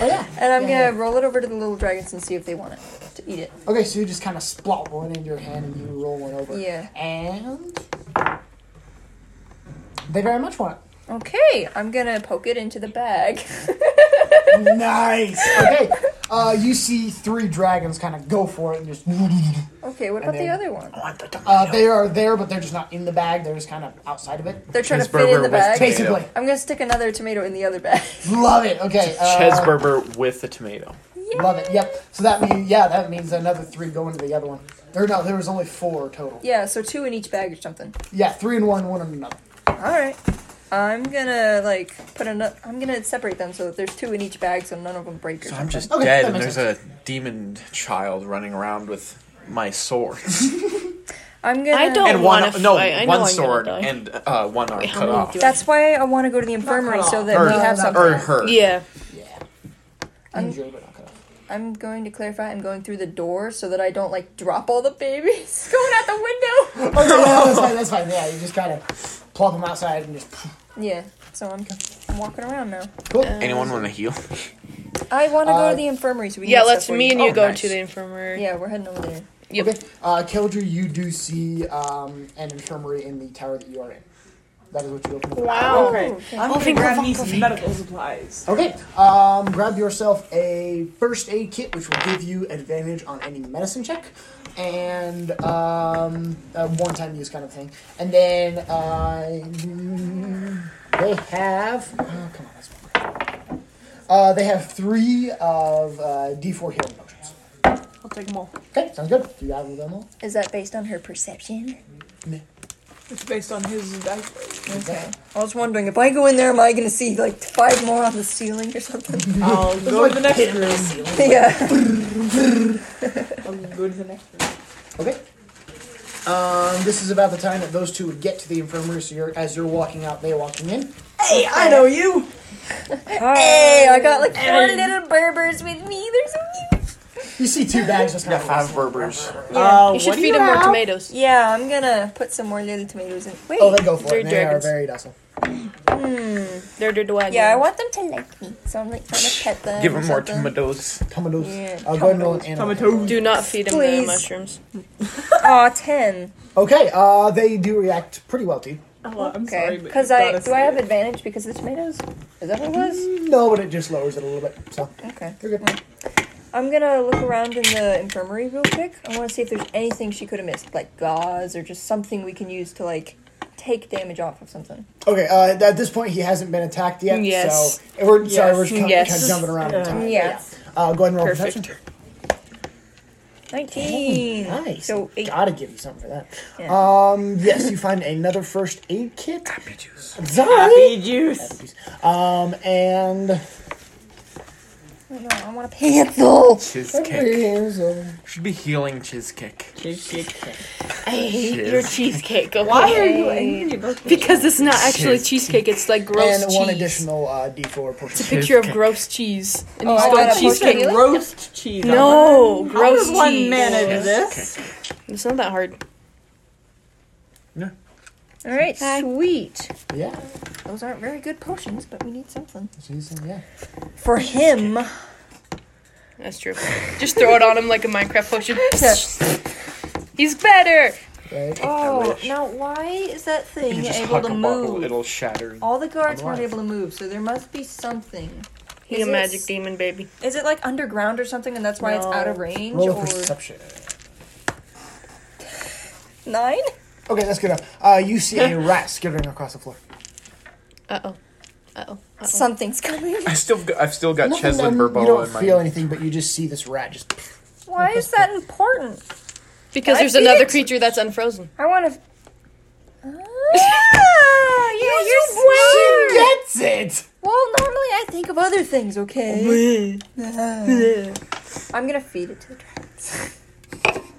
Speaker 1: Oh yeah.
Speaker 5: and I'm
Speaker 1: Yeah.
Speaker 5: gonna roll it over to the little dragons and see if they want it to eat it.
Speaker 1: Okay, so you just kind of splot one into your hand and you roll one over.
Speaker 5: Yeah.
Speaker 1: And they very much want it.
Speaker 5: Okay, I'm gonna poke it into the bag.
Speaker 1: nice. Okay. Uh, you see three dragons kind of go for it and just.
Speaker 5: okay, what about the
Speaker 1: then-
Speaker 5: other one?
Speaker 1: Uh, they are there, but they're just not in the bag. They're just kind of outside of it.
Speaker 5: They're trying to fit
Speaker 2: Burger
Speaker 5: in the
Speaker 2: with
Speaker 5: bag.
Speaker 2: tomato.
Speaker 1: Basically,
Speaker 5: I'm gonna stick another tomato in the other bag.
Speaker 1: love it. Okay. Uh,
Speaker 2: Chesburger with the tomato.
Speaker 1: Love it. Yep. So that means yeah, that means another three go into the other one. Or no, there was only four total.
Speaker 5: yeah, so two in each bag or something.
Speaker 1: Yeah, three in one, one in another.
Speaker 5: Alright. I'm gonna like put another. I'm gonna separate them so that there's two in each bag, so none of them break or
Speaker 10: So I'm
Speaker 5: something.
Speaker 10: just
Speaker 1: Okay,
Speaker 10: dead,
Speaker 1: that
Speaker 10: and
Speaker 1: makes
Speaker 10: there's a demon child running around with my sword
Speaker 5: I'm gonna.
Speaker 6: I don't-
Speaker 10: and one
Speaker 6: wanna
Speaker 10: no
Speaker 6: fight. I know I'm
Speaker 10: one
Speaker 6: gonna
Speaker 10: sword
Speaker 6: die.
Speaker 10: and uh, one arm
Speaker 6: how
Speaker 10: cut
Speaker 6: many
Speaker 10: off
Speaker 6: do
Speaker 5: That's why I want to go to the infirmary so that
Speaker 10: or,
Speaker 5: we have something.
Speaker 10: or her.
Speaker 6: Yeah.
Speaker 1: Injured, but not cut off.
Speaker 5: I'm going to clarify. I'm going through the door so that I don't like drop all the babies going out the window.
Speaker 1: Okay, yeah, that's fine. That's fine. Yeah, you just kind of plop them outside and just.
Speaker 5: yeah. So I'm, I'm walking around now.
Speaker 10: Anyone want to heal?
Speaker 5: I want to go
Speaker 1: Uh,
Speaker 5: to the infirmary so we. Can
Speaker 6: Yeah,
Speaker 5: get
Speaker 6: let's
Speaker 5: stuff for
Speaker 6: me
Speaker 5: you.
Speaker 6: and you
Speaker 10: Oh,
Speaker 6: go
Speaker 10: nice.
Speaker 6: to the infirmary.
Speaker 5: Yeah, we're heading over there.
Speaker 6: Yep.
Speaker 1: Okay. Uh, Keldrew, you do see um, an infirmary in the tower that you are in. That is what you open. up.
Speaker 6: Wow.
Speaker 4: Okay. I'm gonna grab me some medical supplies.
Speaker 1: Okay. Um, grab yourself a first aid kit, which will give you advantage on any medicine check, and um, a one-time use kind of thing. And then uh, they have. Oh, come on, that's uh, they have three of uh, D4 healing potions.
Speaker 4: I'll take them all.
Speaker 1: Okay, sounds good. Do you have them all?
Speaker 5: Is that based on her perception?
Speaker 4: It's based on his dice.
Speaker 5: Okay. I was wondering if I go in there, am I gonna see like five more on the ceiling or something?
Speaker 4: I'll go to the next room.
Speaker 5: yeah.
Speaker 4: I'll go to the next room.
Speaker 1: Okay. Um, this is about the time that those two would get to the infirmary. So you're as you're walking out, they're walking in.
Speaker 4: Hey, I know you.
Speaker 5: Hey, I got like four little Berbers with me. They're so cute.
Speaker 1: You see two bags just kind
Speaker 10: Yeah,
Speaker 1: of
Speaker 10: five Berbers.
Speaker 5: Yeah.
Speaker 6: Oh, You should feed him more tomatoes.
Speaker 5: yeah, I'm gonna put some more little tomatoes in. Wait.
Speaker 1: Oh, they go for
Speaker 6: Three
Speaker 1: it. They are
Speaker 6: dragons.
Speaker 1: very docile.
Speaker 6: They're the wagon.
Speaker 5: yeah, I want them to like me, so I'm like gonna pet them.
Speaker 10: Give
Speaker 5: or
Speaker 10: him more
Speaker 5: something.
Speaker 10: tomatoes.
Speaker 1: Tomatoes.
Speaker 5: Yeah,
Speaker 1: Uh, go ahead and roll an animal.
Speaker 6: Do not feed him the
Speaker 5: Please.
Speaker 6: mushrooms.
Speaker 5: Aw, ten.
Speaker 1: Okay, uh, they do react pretty well to you.
Speaker 4: Oh, I'm
Speaker 5: Okay.
Speaker 4: sorry, but
Speaker 5: Because
Speaker 4: you've
Speaker 5: I
Speaker 4: gotta
Speaker 5: do I have
Speaker 4: see it.
Speaker 5: advantage because of the tomatoes? Is that what it was?
Speaker 1: No, but it just lowers it a little bit. So
Speaker 5: Okay.
Speaker 1: you're good.
Speaker 5: I'm gonna look around in the infirmary real quick. I want to see if there's anything she could have missed, like gauze or just something we can use to like take damage off of something.
Speaker 1: Okay, uh, at this point he hasn't been attacked yet.
Speaker 6: Yes.
Speaker 1: So and we're sorry, we're
Speaker 6: Yes.
Speaker 1: just kind,
Speaker 6: Yes.
Speaker 1: of jumping around. in
Speaker 4: Yeah.
Speaker 1: time. but
Speaker 5: Yes.
Speaker 1: yeah. Uh, go ahead and roll
Speaker 6: Perfect.
Speaker 1: perception.
Speaker 5: Nineteen.
Speaker 1: Oh, Nice.
Speaker 5: So eight.
Speaker 1: Gotta give you something for that.
Speaker 5: Yeah.
Speaker 1: Um, yes, you find another first aid kit. Happy juice. Um, Sorry.
Speaker 4: Happy juice.
Speaker 1: Um, and
Speaker 5: I don't know. I want a pencil.
Speaker 10: Cheesecake. Should be healing cheesecake.
Speaker 6: I hate your cheesecake. Okay?
Speaker 4: Why are you angry about this?
Speaker 6: Because it's not actually cheesecake. It's like gross
Speaker 1: and
Speaker 6: cheese.
Speaker 1: one additional uh, D4
Speaker 6: It's a
Speaker 1: portion.
Speaker 6: picture of gross cheese. And you
Speaker 5: Oh, I
Speaker 6: spelled
Speaker 5: got a
Speaker 6: cheesecake.
Speaker 5: portion.
Speaker 4: roast cheese.
Speaker 6: No,
Speaker 4: How
Speaker 6: gross
Speaker 4: does
Speaker 6: cheese.
Speaker 4: one manage this?
Speaker 6: It's not that hard.
Speaker 5: All right, sweet.
Speaker 8: Yeah.
Speaker 5: Those aren't very good potions, but we need something
Speaker 8: She's, yeah.
Speaker 5: for him.
Speaker 6: That's true. Just throw it on him like a Minecraft potion. He's better.
Speaker 1: Right?
Speaker 5: Oh,
Speaker 2: wish.
Speaker 5: now why is that
Speaker 2: You
Speaker 5: thing
Speaker 2: just
Speaker 5: able
Speaker 2: huck
Speaker 5: to
Speaker 2: a bottle,
Speaker 5: move?
Speaker 2: it'll shatter.
Speaker 5: All the guards weren't
Speaker 8: alive.
Speaker 5: able to move, so there must be something.
Speaker 6: He's
Speaker 5: Is
Speaker 6: a
Speaker 5: it-
Speaker 6: magic demon, baby.
Speaker 5: Is it like underground or something, and that's why it's
Speaker 6: No.
Speaker 5: out of range?
Speaker 1: Roll a
Speaker 5: or
Speaker 1: perception.
Speaker 5: nine?
Speaker 1: Okay, that's good enough. Uh, you see a rat skittering across the floor.
Speaker 6: Uh oh. Uh oh.
Speaker 5: Something's coming.
Speaker 2: I still, got, I've still got
Speaker 1: Nothing,
Speaker 2: Cheslin
Speaker 1: um, You
Speaker 2: Burboa
Speaker 1: don't
Speaker 2: in my.
Speaker 1: feel anything, but you just see this rat just.
Speaker 5: Why is that important?
Speaker 6: Because
Speaker 5: I
Speaker 6: there's
Speaker 5: see
Speaker 6: another
Speaker 5: it.
Speaker 6: creature that's unfrozen.
Speaker 5: I want to. Ah, yeah, you're smart.
Speaker 1: That's it!
Speaker 5: Well, normally I think of other things, okay? I'm gonna feed it to the dragons.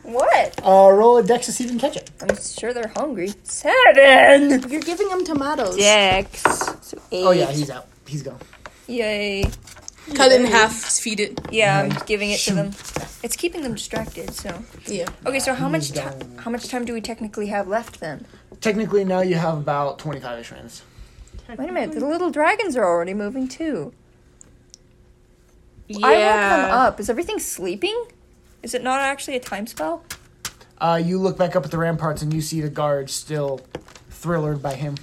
Speaker 5: What?
Speaker 1: Uh, roll a dex to see if you can catch it.
Speaker 5: I'm sure they're hungry. Seven!
Speaker 6: You're giving him tomatoes.
Speaker 5: Dex. So eight.
Speaker 1: Oh, yeah, he's out. He's gone.
Speaker 5: Yay.
Speaker 6: Cut it in half, feed it.
Speaker 5: Yeah, I'm giving it to them. It's keeping them distracted, so.
Speaker 6: Yeah.
Speaker 5: Okay, so how much
Speaker 1: He's
Speaker 5: time
Speaker 1: gone.
Speaker 5: how much time do we technically have left then?
Speaker 1: Technically, now you have about 25 ish minutes.
Speaker 5: Wait a minute, the little dragons are already moving too.
Speaker 6: Yeah.
Speaker 5: I woke them up. Is everything sleeping? Is it not actually a time spell?
Speaker 1: Uh, you look back up at the ramparts and you see the guards still thrillered by him.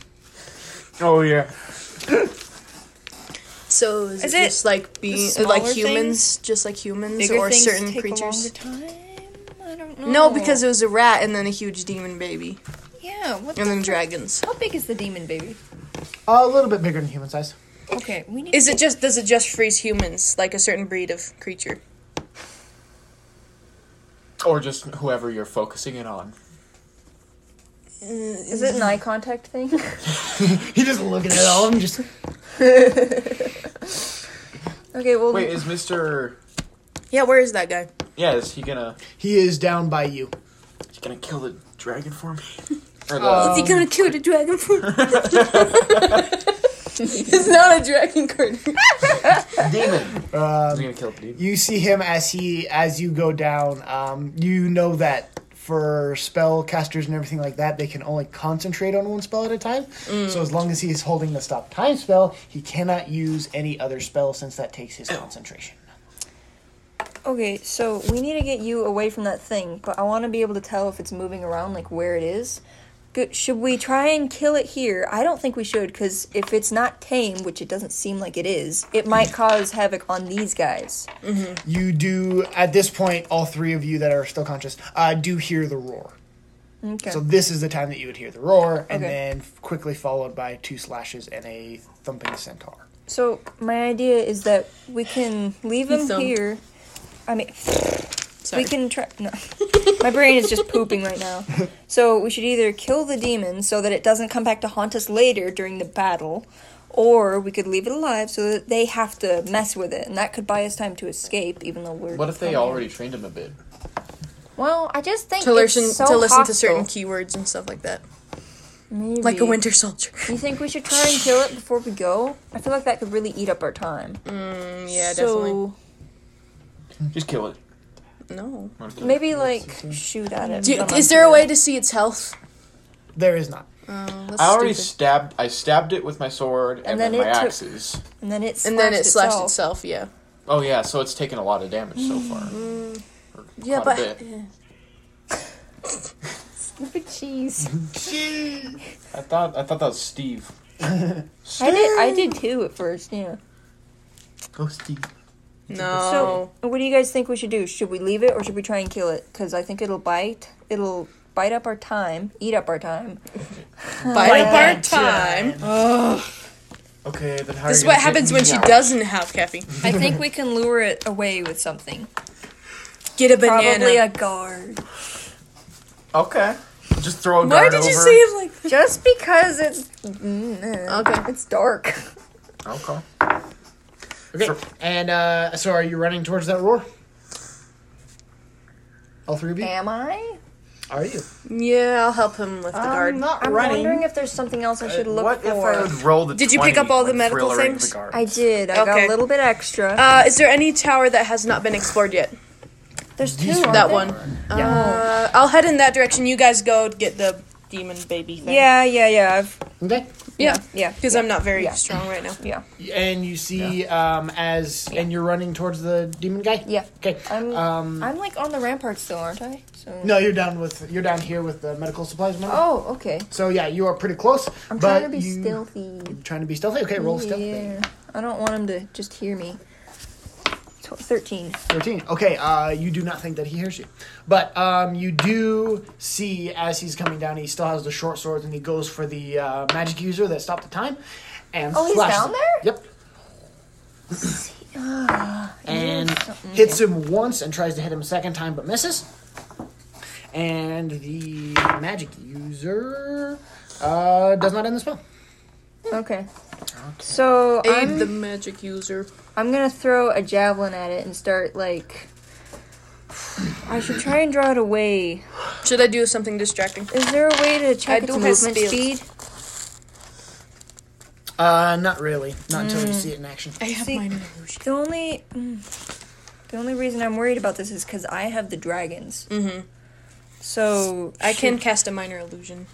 Speaker 2: Oh yeah.
Speaker 6: So is,
Speaker 5: Is
Speaker 6: it
Speaker 5: it
Speaker 6: just like being
Speaker 5: smaller
Speaker 6: like
Speaker 5: things?
Speaker 6: humans, just like humans
Speaker 5: Bigger
Speaker 6: or
Speaker 5: things
Speaker 6: certain
Speaker 5: take
Speaker 6: creatures?
Speaker 5: A longer time? I don't know.
Speaker 6: No, because it was a rat and then a huge demon baby
Speaker 5: yeah. What
Speaker 6: and
Speaker 5: the
Speaker 6: then
Speaker 5: frick?
Speaker 6: dragons.
Speaker 5: How big is the demon baby?
Speaker 1: A little bit bigger than human size.
Speaker 5: Okay, we need.
Speaker 6: Is it just does it just freeze humans like a certain breed of creature?
Speaker 10: Or just whoever you're focusing it on.
Speaker 5: is it an eye contact thing?
Speaker 1: He just looking at all of them, Oh, just.
Speaker 5: okay, well,
Speaker 10: Wait, is Mister?
Speaker 6: Yeah, where is that guy?
Speaker 10: Yeah, is he gonna?
Speaker 1: He is down by you.
Speaker 10: Is he gonna kill the dragon for me? Or the
Speaker 1: Uh,
Speaker 6: Is he gonna kill the dragon fruit? it's not a dragon curtain.
Speaker 10: demon?
Speaker 1: Um,
Speaker 10: Is he gonna kill the demon?
Speaker 1: you see him as he as you go down um, you know that for spell casters and everything like that they can only concentrate on one spell at a time
Speaker 6: Mm.
Speaker 1: so as long as he is holding the stop time spell he cannot use any other spell since that takes his concentration
Speaker 5: okay, so we need to get you away from that thing, but I want to be able to tell if it's moving around, like where it is. Good. Should we try and kill it here? I don't think we should, because if it's not tame, which it doesn't seem like it is, it might cause havoc on these guys.
Speaker 1: you do at this point all three of you that are still conscious uh, do hear the roar
Speaker 5: Okay.
Speaker 1: so this is the time that you would hear the roar and
Speaker 5: Okay.
Speaker 1: then quickly followed by two slashes and a thumping centaur
Speaker 5: So my idea is that we can leave him
Speaker 6: Some.
Speaker 5: here. I mean, we can try. No, my brain is just pooping right now. So we should either kill the demon so that it doesn't come back to haunt us later during the battle, or we could leave it alive so that they have to mess with it, and that could buy us time to escape. Even though we're
Speaker 10: What if they
Speaker 5: coming.
Speaker 10: already trained him a bit?
Speaker 5: Well, I just think
Speaker 6: To listen
Speaker 5: it's so
Speaker 6: to listen to
Speaker 5: hostile.
Speaker 6: certain keywords and stuff like that,
Speaker 5: Maybe.
Speaker 6: like a winter soldier.
Speaker 5: You think we should try and kill it before we go? I feel like that could really eat up our time.
Speaker 6: Mm, Yeah,
Speaker 5: so
Speaker 10: Just kill it.
Speaker 6: definitely. No.
Speaker 5: maybe like shoot at it.
Speaker 6: Do you-
Speaker 5: from
Speaker 6: is
Speaker 5: up
Speaker 6: there a
Speaker 5: here.
Speaker 6: way to see its health?
Speaker 1: there is not
Speaker 6: Oh, that's
Speaker 10: I already
Speaker 6: stupid.
Speaker 10: stabbed. I stabbed it with my sword and,
Speaker 5: And
Speaker 10: then,
Speaker 5: then
Speaker 10: my
Speaker 5: it took-
Speaker 10: axes.
Speaker 5: And then it slashed
Speaker 6: and then it slashed itself.
Speaker 5: itself.
Speaker 6: Yeah.
Speaker 10: Oh yeah, so it's taken a lot of damage so far. Or
Speaker 6: Mm-hmm. Yeah,
Speaker 10: quite a
Speaker 6: but
Speaker 10: bit.
Speaker 5: Stupid cheese.
Speaker 10: I thought I thought that was Steve.
Speaker 5: I did. I did too at first. Yeah.
Speaker 10: Go Steve.
Speaker 6: no.
Speaker 5: So, what do you guys think we should do? Should we leave it or should we try and kill it? Because I think it'll bite. It'll bite up our time, eat up our time.
Speaker 6: Bite up our uh, time.
Speaker 10: Okay, then how
Speaker 6: This
Speaker 10: are
Speaker 6: is
Speaker 10: you gonna
Speaker 6: what
Speaker 10: get
Speaker 6: happens when
Speaker 10: me
Speaker 6: she
Speaker 10: out?
Speaker 6: doesn't have caffeine.
Speaker 5: I think we can lure it away with something.
Speaker 6: Get a
Speaker 5: Probably
Speaker 6: banana.
Speaker 5: a guard.
Speaker 10: Okay, just throw a
Speaker 6: Why
Speaker 10: dart
Speaker 6: did
Speaker 10: over.
Speaker 6: you say it like?
Speaker 5: Just because it's mm,
Speaker 6: Okay.
Speaker 5: it's dark.
Speaker 10: Okay.
Speaker 1: Okay. And uh, so, are you running towards that roar? All three of you.
Speaker 5: Am I?
Speaker 1: Are you?
Speaker 6: Yeah, I'll help him with the guard.
Speaker 4: I'm not
Speaker 5: Um, I'm
Speaker 4: running.
Speaker 5: wondering if there's something else I
Speaker 1: Uh,
Speaker 5: should look
Speaker 2: what if
Speaker 5: for.
Speaker 2: I would roll the
Speaker 6: Did you pick
Speaker 2: 20
Speaker 6: up all the
Speaker 2: when
Speaker 6: medical
Speaker 2: Thriller entered
Speaker 6: things?
Speaker 2: the guard?
Speaker 5: I did. I got
Speaker 6: Okay.
Speaker 5: a little bit extra.
Speaker 6: Uh, is there any tower that has not been explored yet?
Speaker 5: there's two.
Speaker 1: These
Speaker 5: aren't
Speaker 6: That
Speaker 5: there?
Speaker 6: one. Uh, I'll head in that direction. You guys go get the demon baby thing.
Speaker 5: Yeah, yeah, yeah. I've,
Speaker 1: Okay.
Speaker 6: Yeah.
Speaker 5: yeah.
Speaker 6: Because I'm not very
Speaker 5: Yeah.
Speaker 6: strong right now.
Speaker 5: Yeah.
Speaker 1: And you see, um, as and you're running towards the demon guy.
Speaker 5: Yeah.
Speaker 1: Okay.
Speaker 5: I'm
Speaker 1: Um,
Speaker 5: I'm like on the ramparts still, aren't I? So
Speaker 1: no, you're down with you're down here with the medical supplies. Remember?
Speaker 5: Oh, okay.
Speaker 1: So yeah, you are pretty close.
Speaker 5: I'm
Speaker 1: but
Speaker 5: trying to be
Speaker 1: you,
Speaker 5: stealthy.
Speaker 1: Trying to be stealthy. Okay, roll stealth.
Speaker 5: Yeah. I don't want him to just hear me. Tw- Thirteen.
Speaker 1: Thirteen. Okay. Uh, you do not think that he hears you, but um, you do see as he's coming down. He still has the short swords, and he goes for the uh, magic user that stopped the time. And
Speaker 5: Oh, he's
Speaker 1: slashes
Speaker 5: down
Speaker 1: him.
Speaker 5: there? uh,
Speaker 1: Yep. and hits him once and tries to hit him a second time, but misses. And the magic user uh, does not end the spell.
Speaker 5: Okay. So I'm
Speaker 6: the magic user.
Speaker 5: I'm gonna throw a javelin at it and start like. I should try and draw it away.
Speaker 6: Should I do something distracting?
Speaker 5: Is there a way to
Speaker 6: I
Speaker 5: check its
Speaker 6: do have
Speaker 5: movement
Speaker 6: speed.
Speaker 5: speed?
Speaker 1: Uh, not really. Not until
Speaker 5: Hmm.
Speaker 1: you see it in action.
Speaker 6: I have
Speaker 5: See-
Speaker 6: mine.
Speaker 5: The only mm, the only reason I'm worried about this is because I have the dragons. Mm-hmm. So
Speaker 6: I can cast a minor illusion.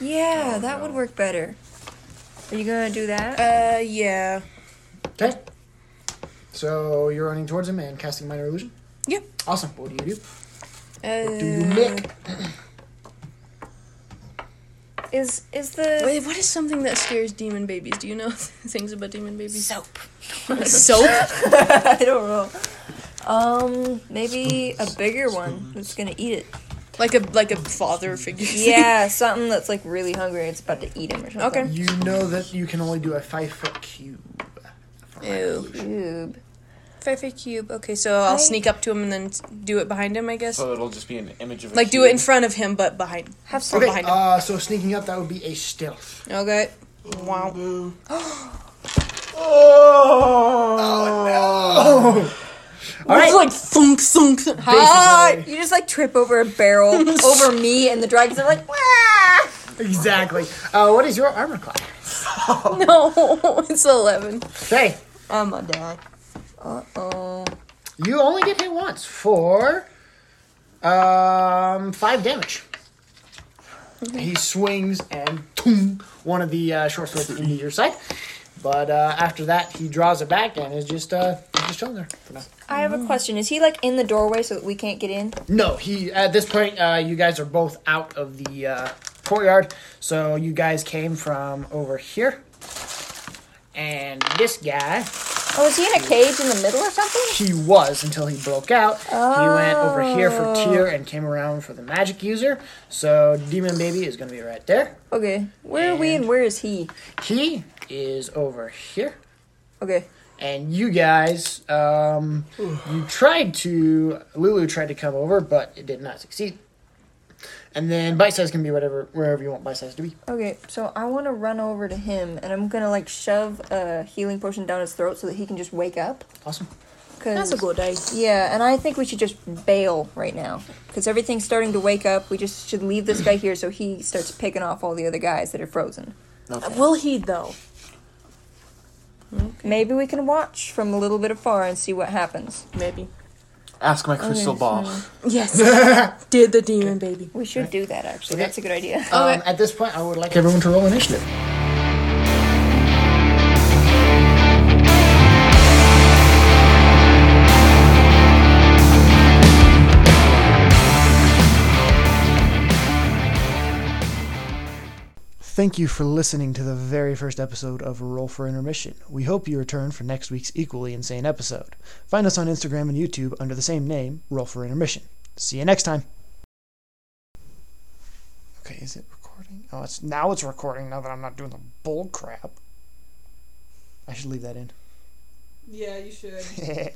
Speaker 5: Yeah, that would work better. Are you gonna do that?
Speaker 6: Uh, yeah.
Speaker 1: Okay. So you're running towards him and casting minor illusion.
Speaker 6: Yep.
Speaker 1: Awesome. What do you do?
Speaker 6: Uh,
Speaker 1: Do you make?
Speaker 5: Is is the
Speaker 6: Wait, what is something that scares demon babies? Do you know things about demon babies? Soap. Soap?
Speaker 5: I don't know. Um, maybe a bigger one that's gonna eat it.
Speaker 6: Like a like a father figure. thing.
Speaker 5: Yeah, something that's like really hungry. It's about to eat him or something.
Speaker 1: You know that you can only do a five foot cube.
Speaker 6: Ew.
Speaker 5: Cube.
Speaker 6: Perfect cube. Okay, so I'll
Speaker 5: I-
Speaker 6: sneak up to him and then s- do it behind him, I guess.
Speaker 2: So it'll just be an image of a
Speaker 6: Like do it in
Speaker 2: cube.
Speaker 6: front of him, but behind.
Speaker 5: Have some.
Speaker 1: Okay.
Speaker 6: behind him.
Speaker 1: Uh, so sneaking up that would be a stealth.
Speaker 6: Okay. Wow.
Speaker 1: Oh, All right.
Speaker 6: like thunk thunk.
Speaker 5: Ah, you just like trip over a barrel over me and the dragons are like, "Wah!"
Speaker 1: Exactly. Uh, what is your armor class?
Speaker 6: No, it's eleven.
Speaker 1: Okay.
Speaker 5: I'm a dad. Uh oh.
Speaker 1: You only get hit once for um five damage. He swings and toom, one of the uh, short swords into your side, but uh, after that he draws it back and is just uh just chilling there for now.
Speaker 5: I have a question. Is he like in the doorway so that we can't get in?
Speaker 1: No, he at this point uh, you guys are both out of the uh, courtyard, so you guys came from over here, and this guy
Speaker 5: Oh, is he in a cage in the middle or something?
Speaker 1: he was until he broke out. He went over here for Tyr and came around for the magic user. So Demon Baby is going to be right there.
Speaker 5: Okay. Where are we and where is he?
Speaker 1: He is over here.
Speaker 5: Okay.
Speaker 1: And you guys, um, you tried to, Lulu tried to come over, but it did not succeed. And then Bite Size can be whatever, wherever you want Bite Size to be.
Speaker 5: Okay, so I want to run over to him and I'm gonna like shove a healing potion down his throat so that he can just wake up.
Speaker 1: Awesome.
Speaker 5: Cause,
Speaker 6: That's a good idea.
Speaker 5: Yeah, and I think we should just bail right now because everything's starting to wake up. We just should leave this guy here so he starts picking off all the other guys that are frozen.
Speaker 6: Will he though?
Speaker 5: Maybe we can watch from a little bit afar and see what happens.
Speaker 6: Maybe.
Speaker 2: Ask my crystal ball.
Speaker 6: Yes. Did the demon baby.
Speaker 5: We should do that actually. That's a good idea.
Speaker 1: Um, at this point, I would like everyone to roll initiative.
Speaker 8: Thank you for listening to the very first episode of Roll for Intermission. We hope you return for next week's equally insane episode. Find us on Instagram and YouTube under the same name, Roll for Intermission. See you next time. Okay, is it recording? Oh, it's now it's recording now that I'm not doing the bull crap. I should leave that in. Yeah, you should.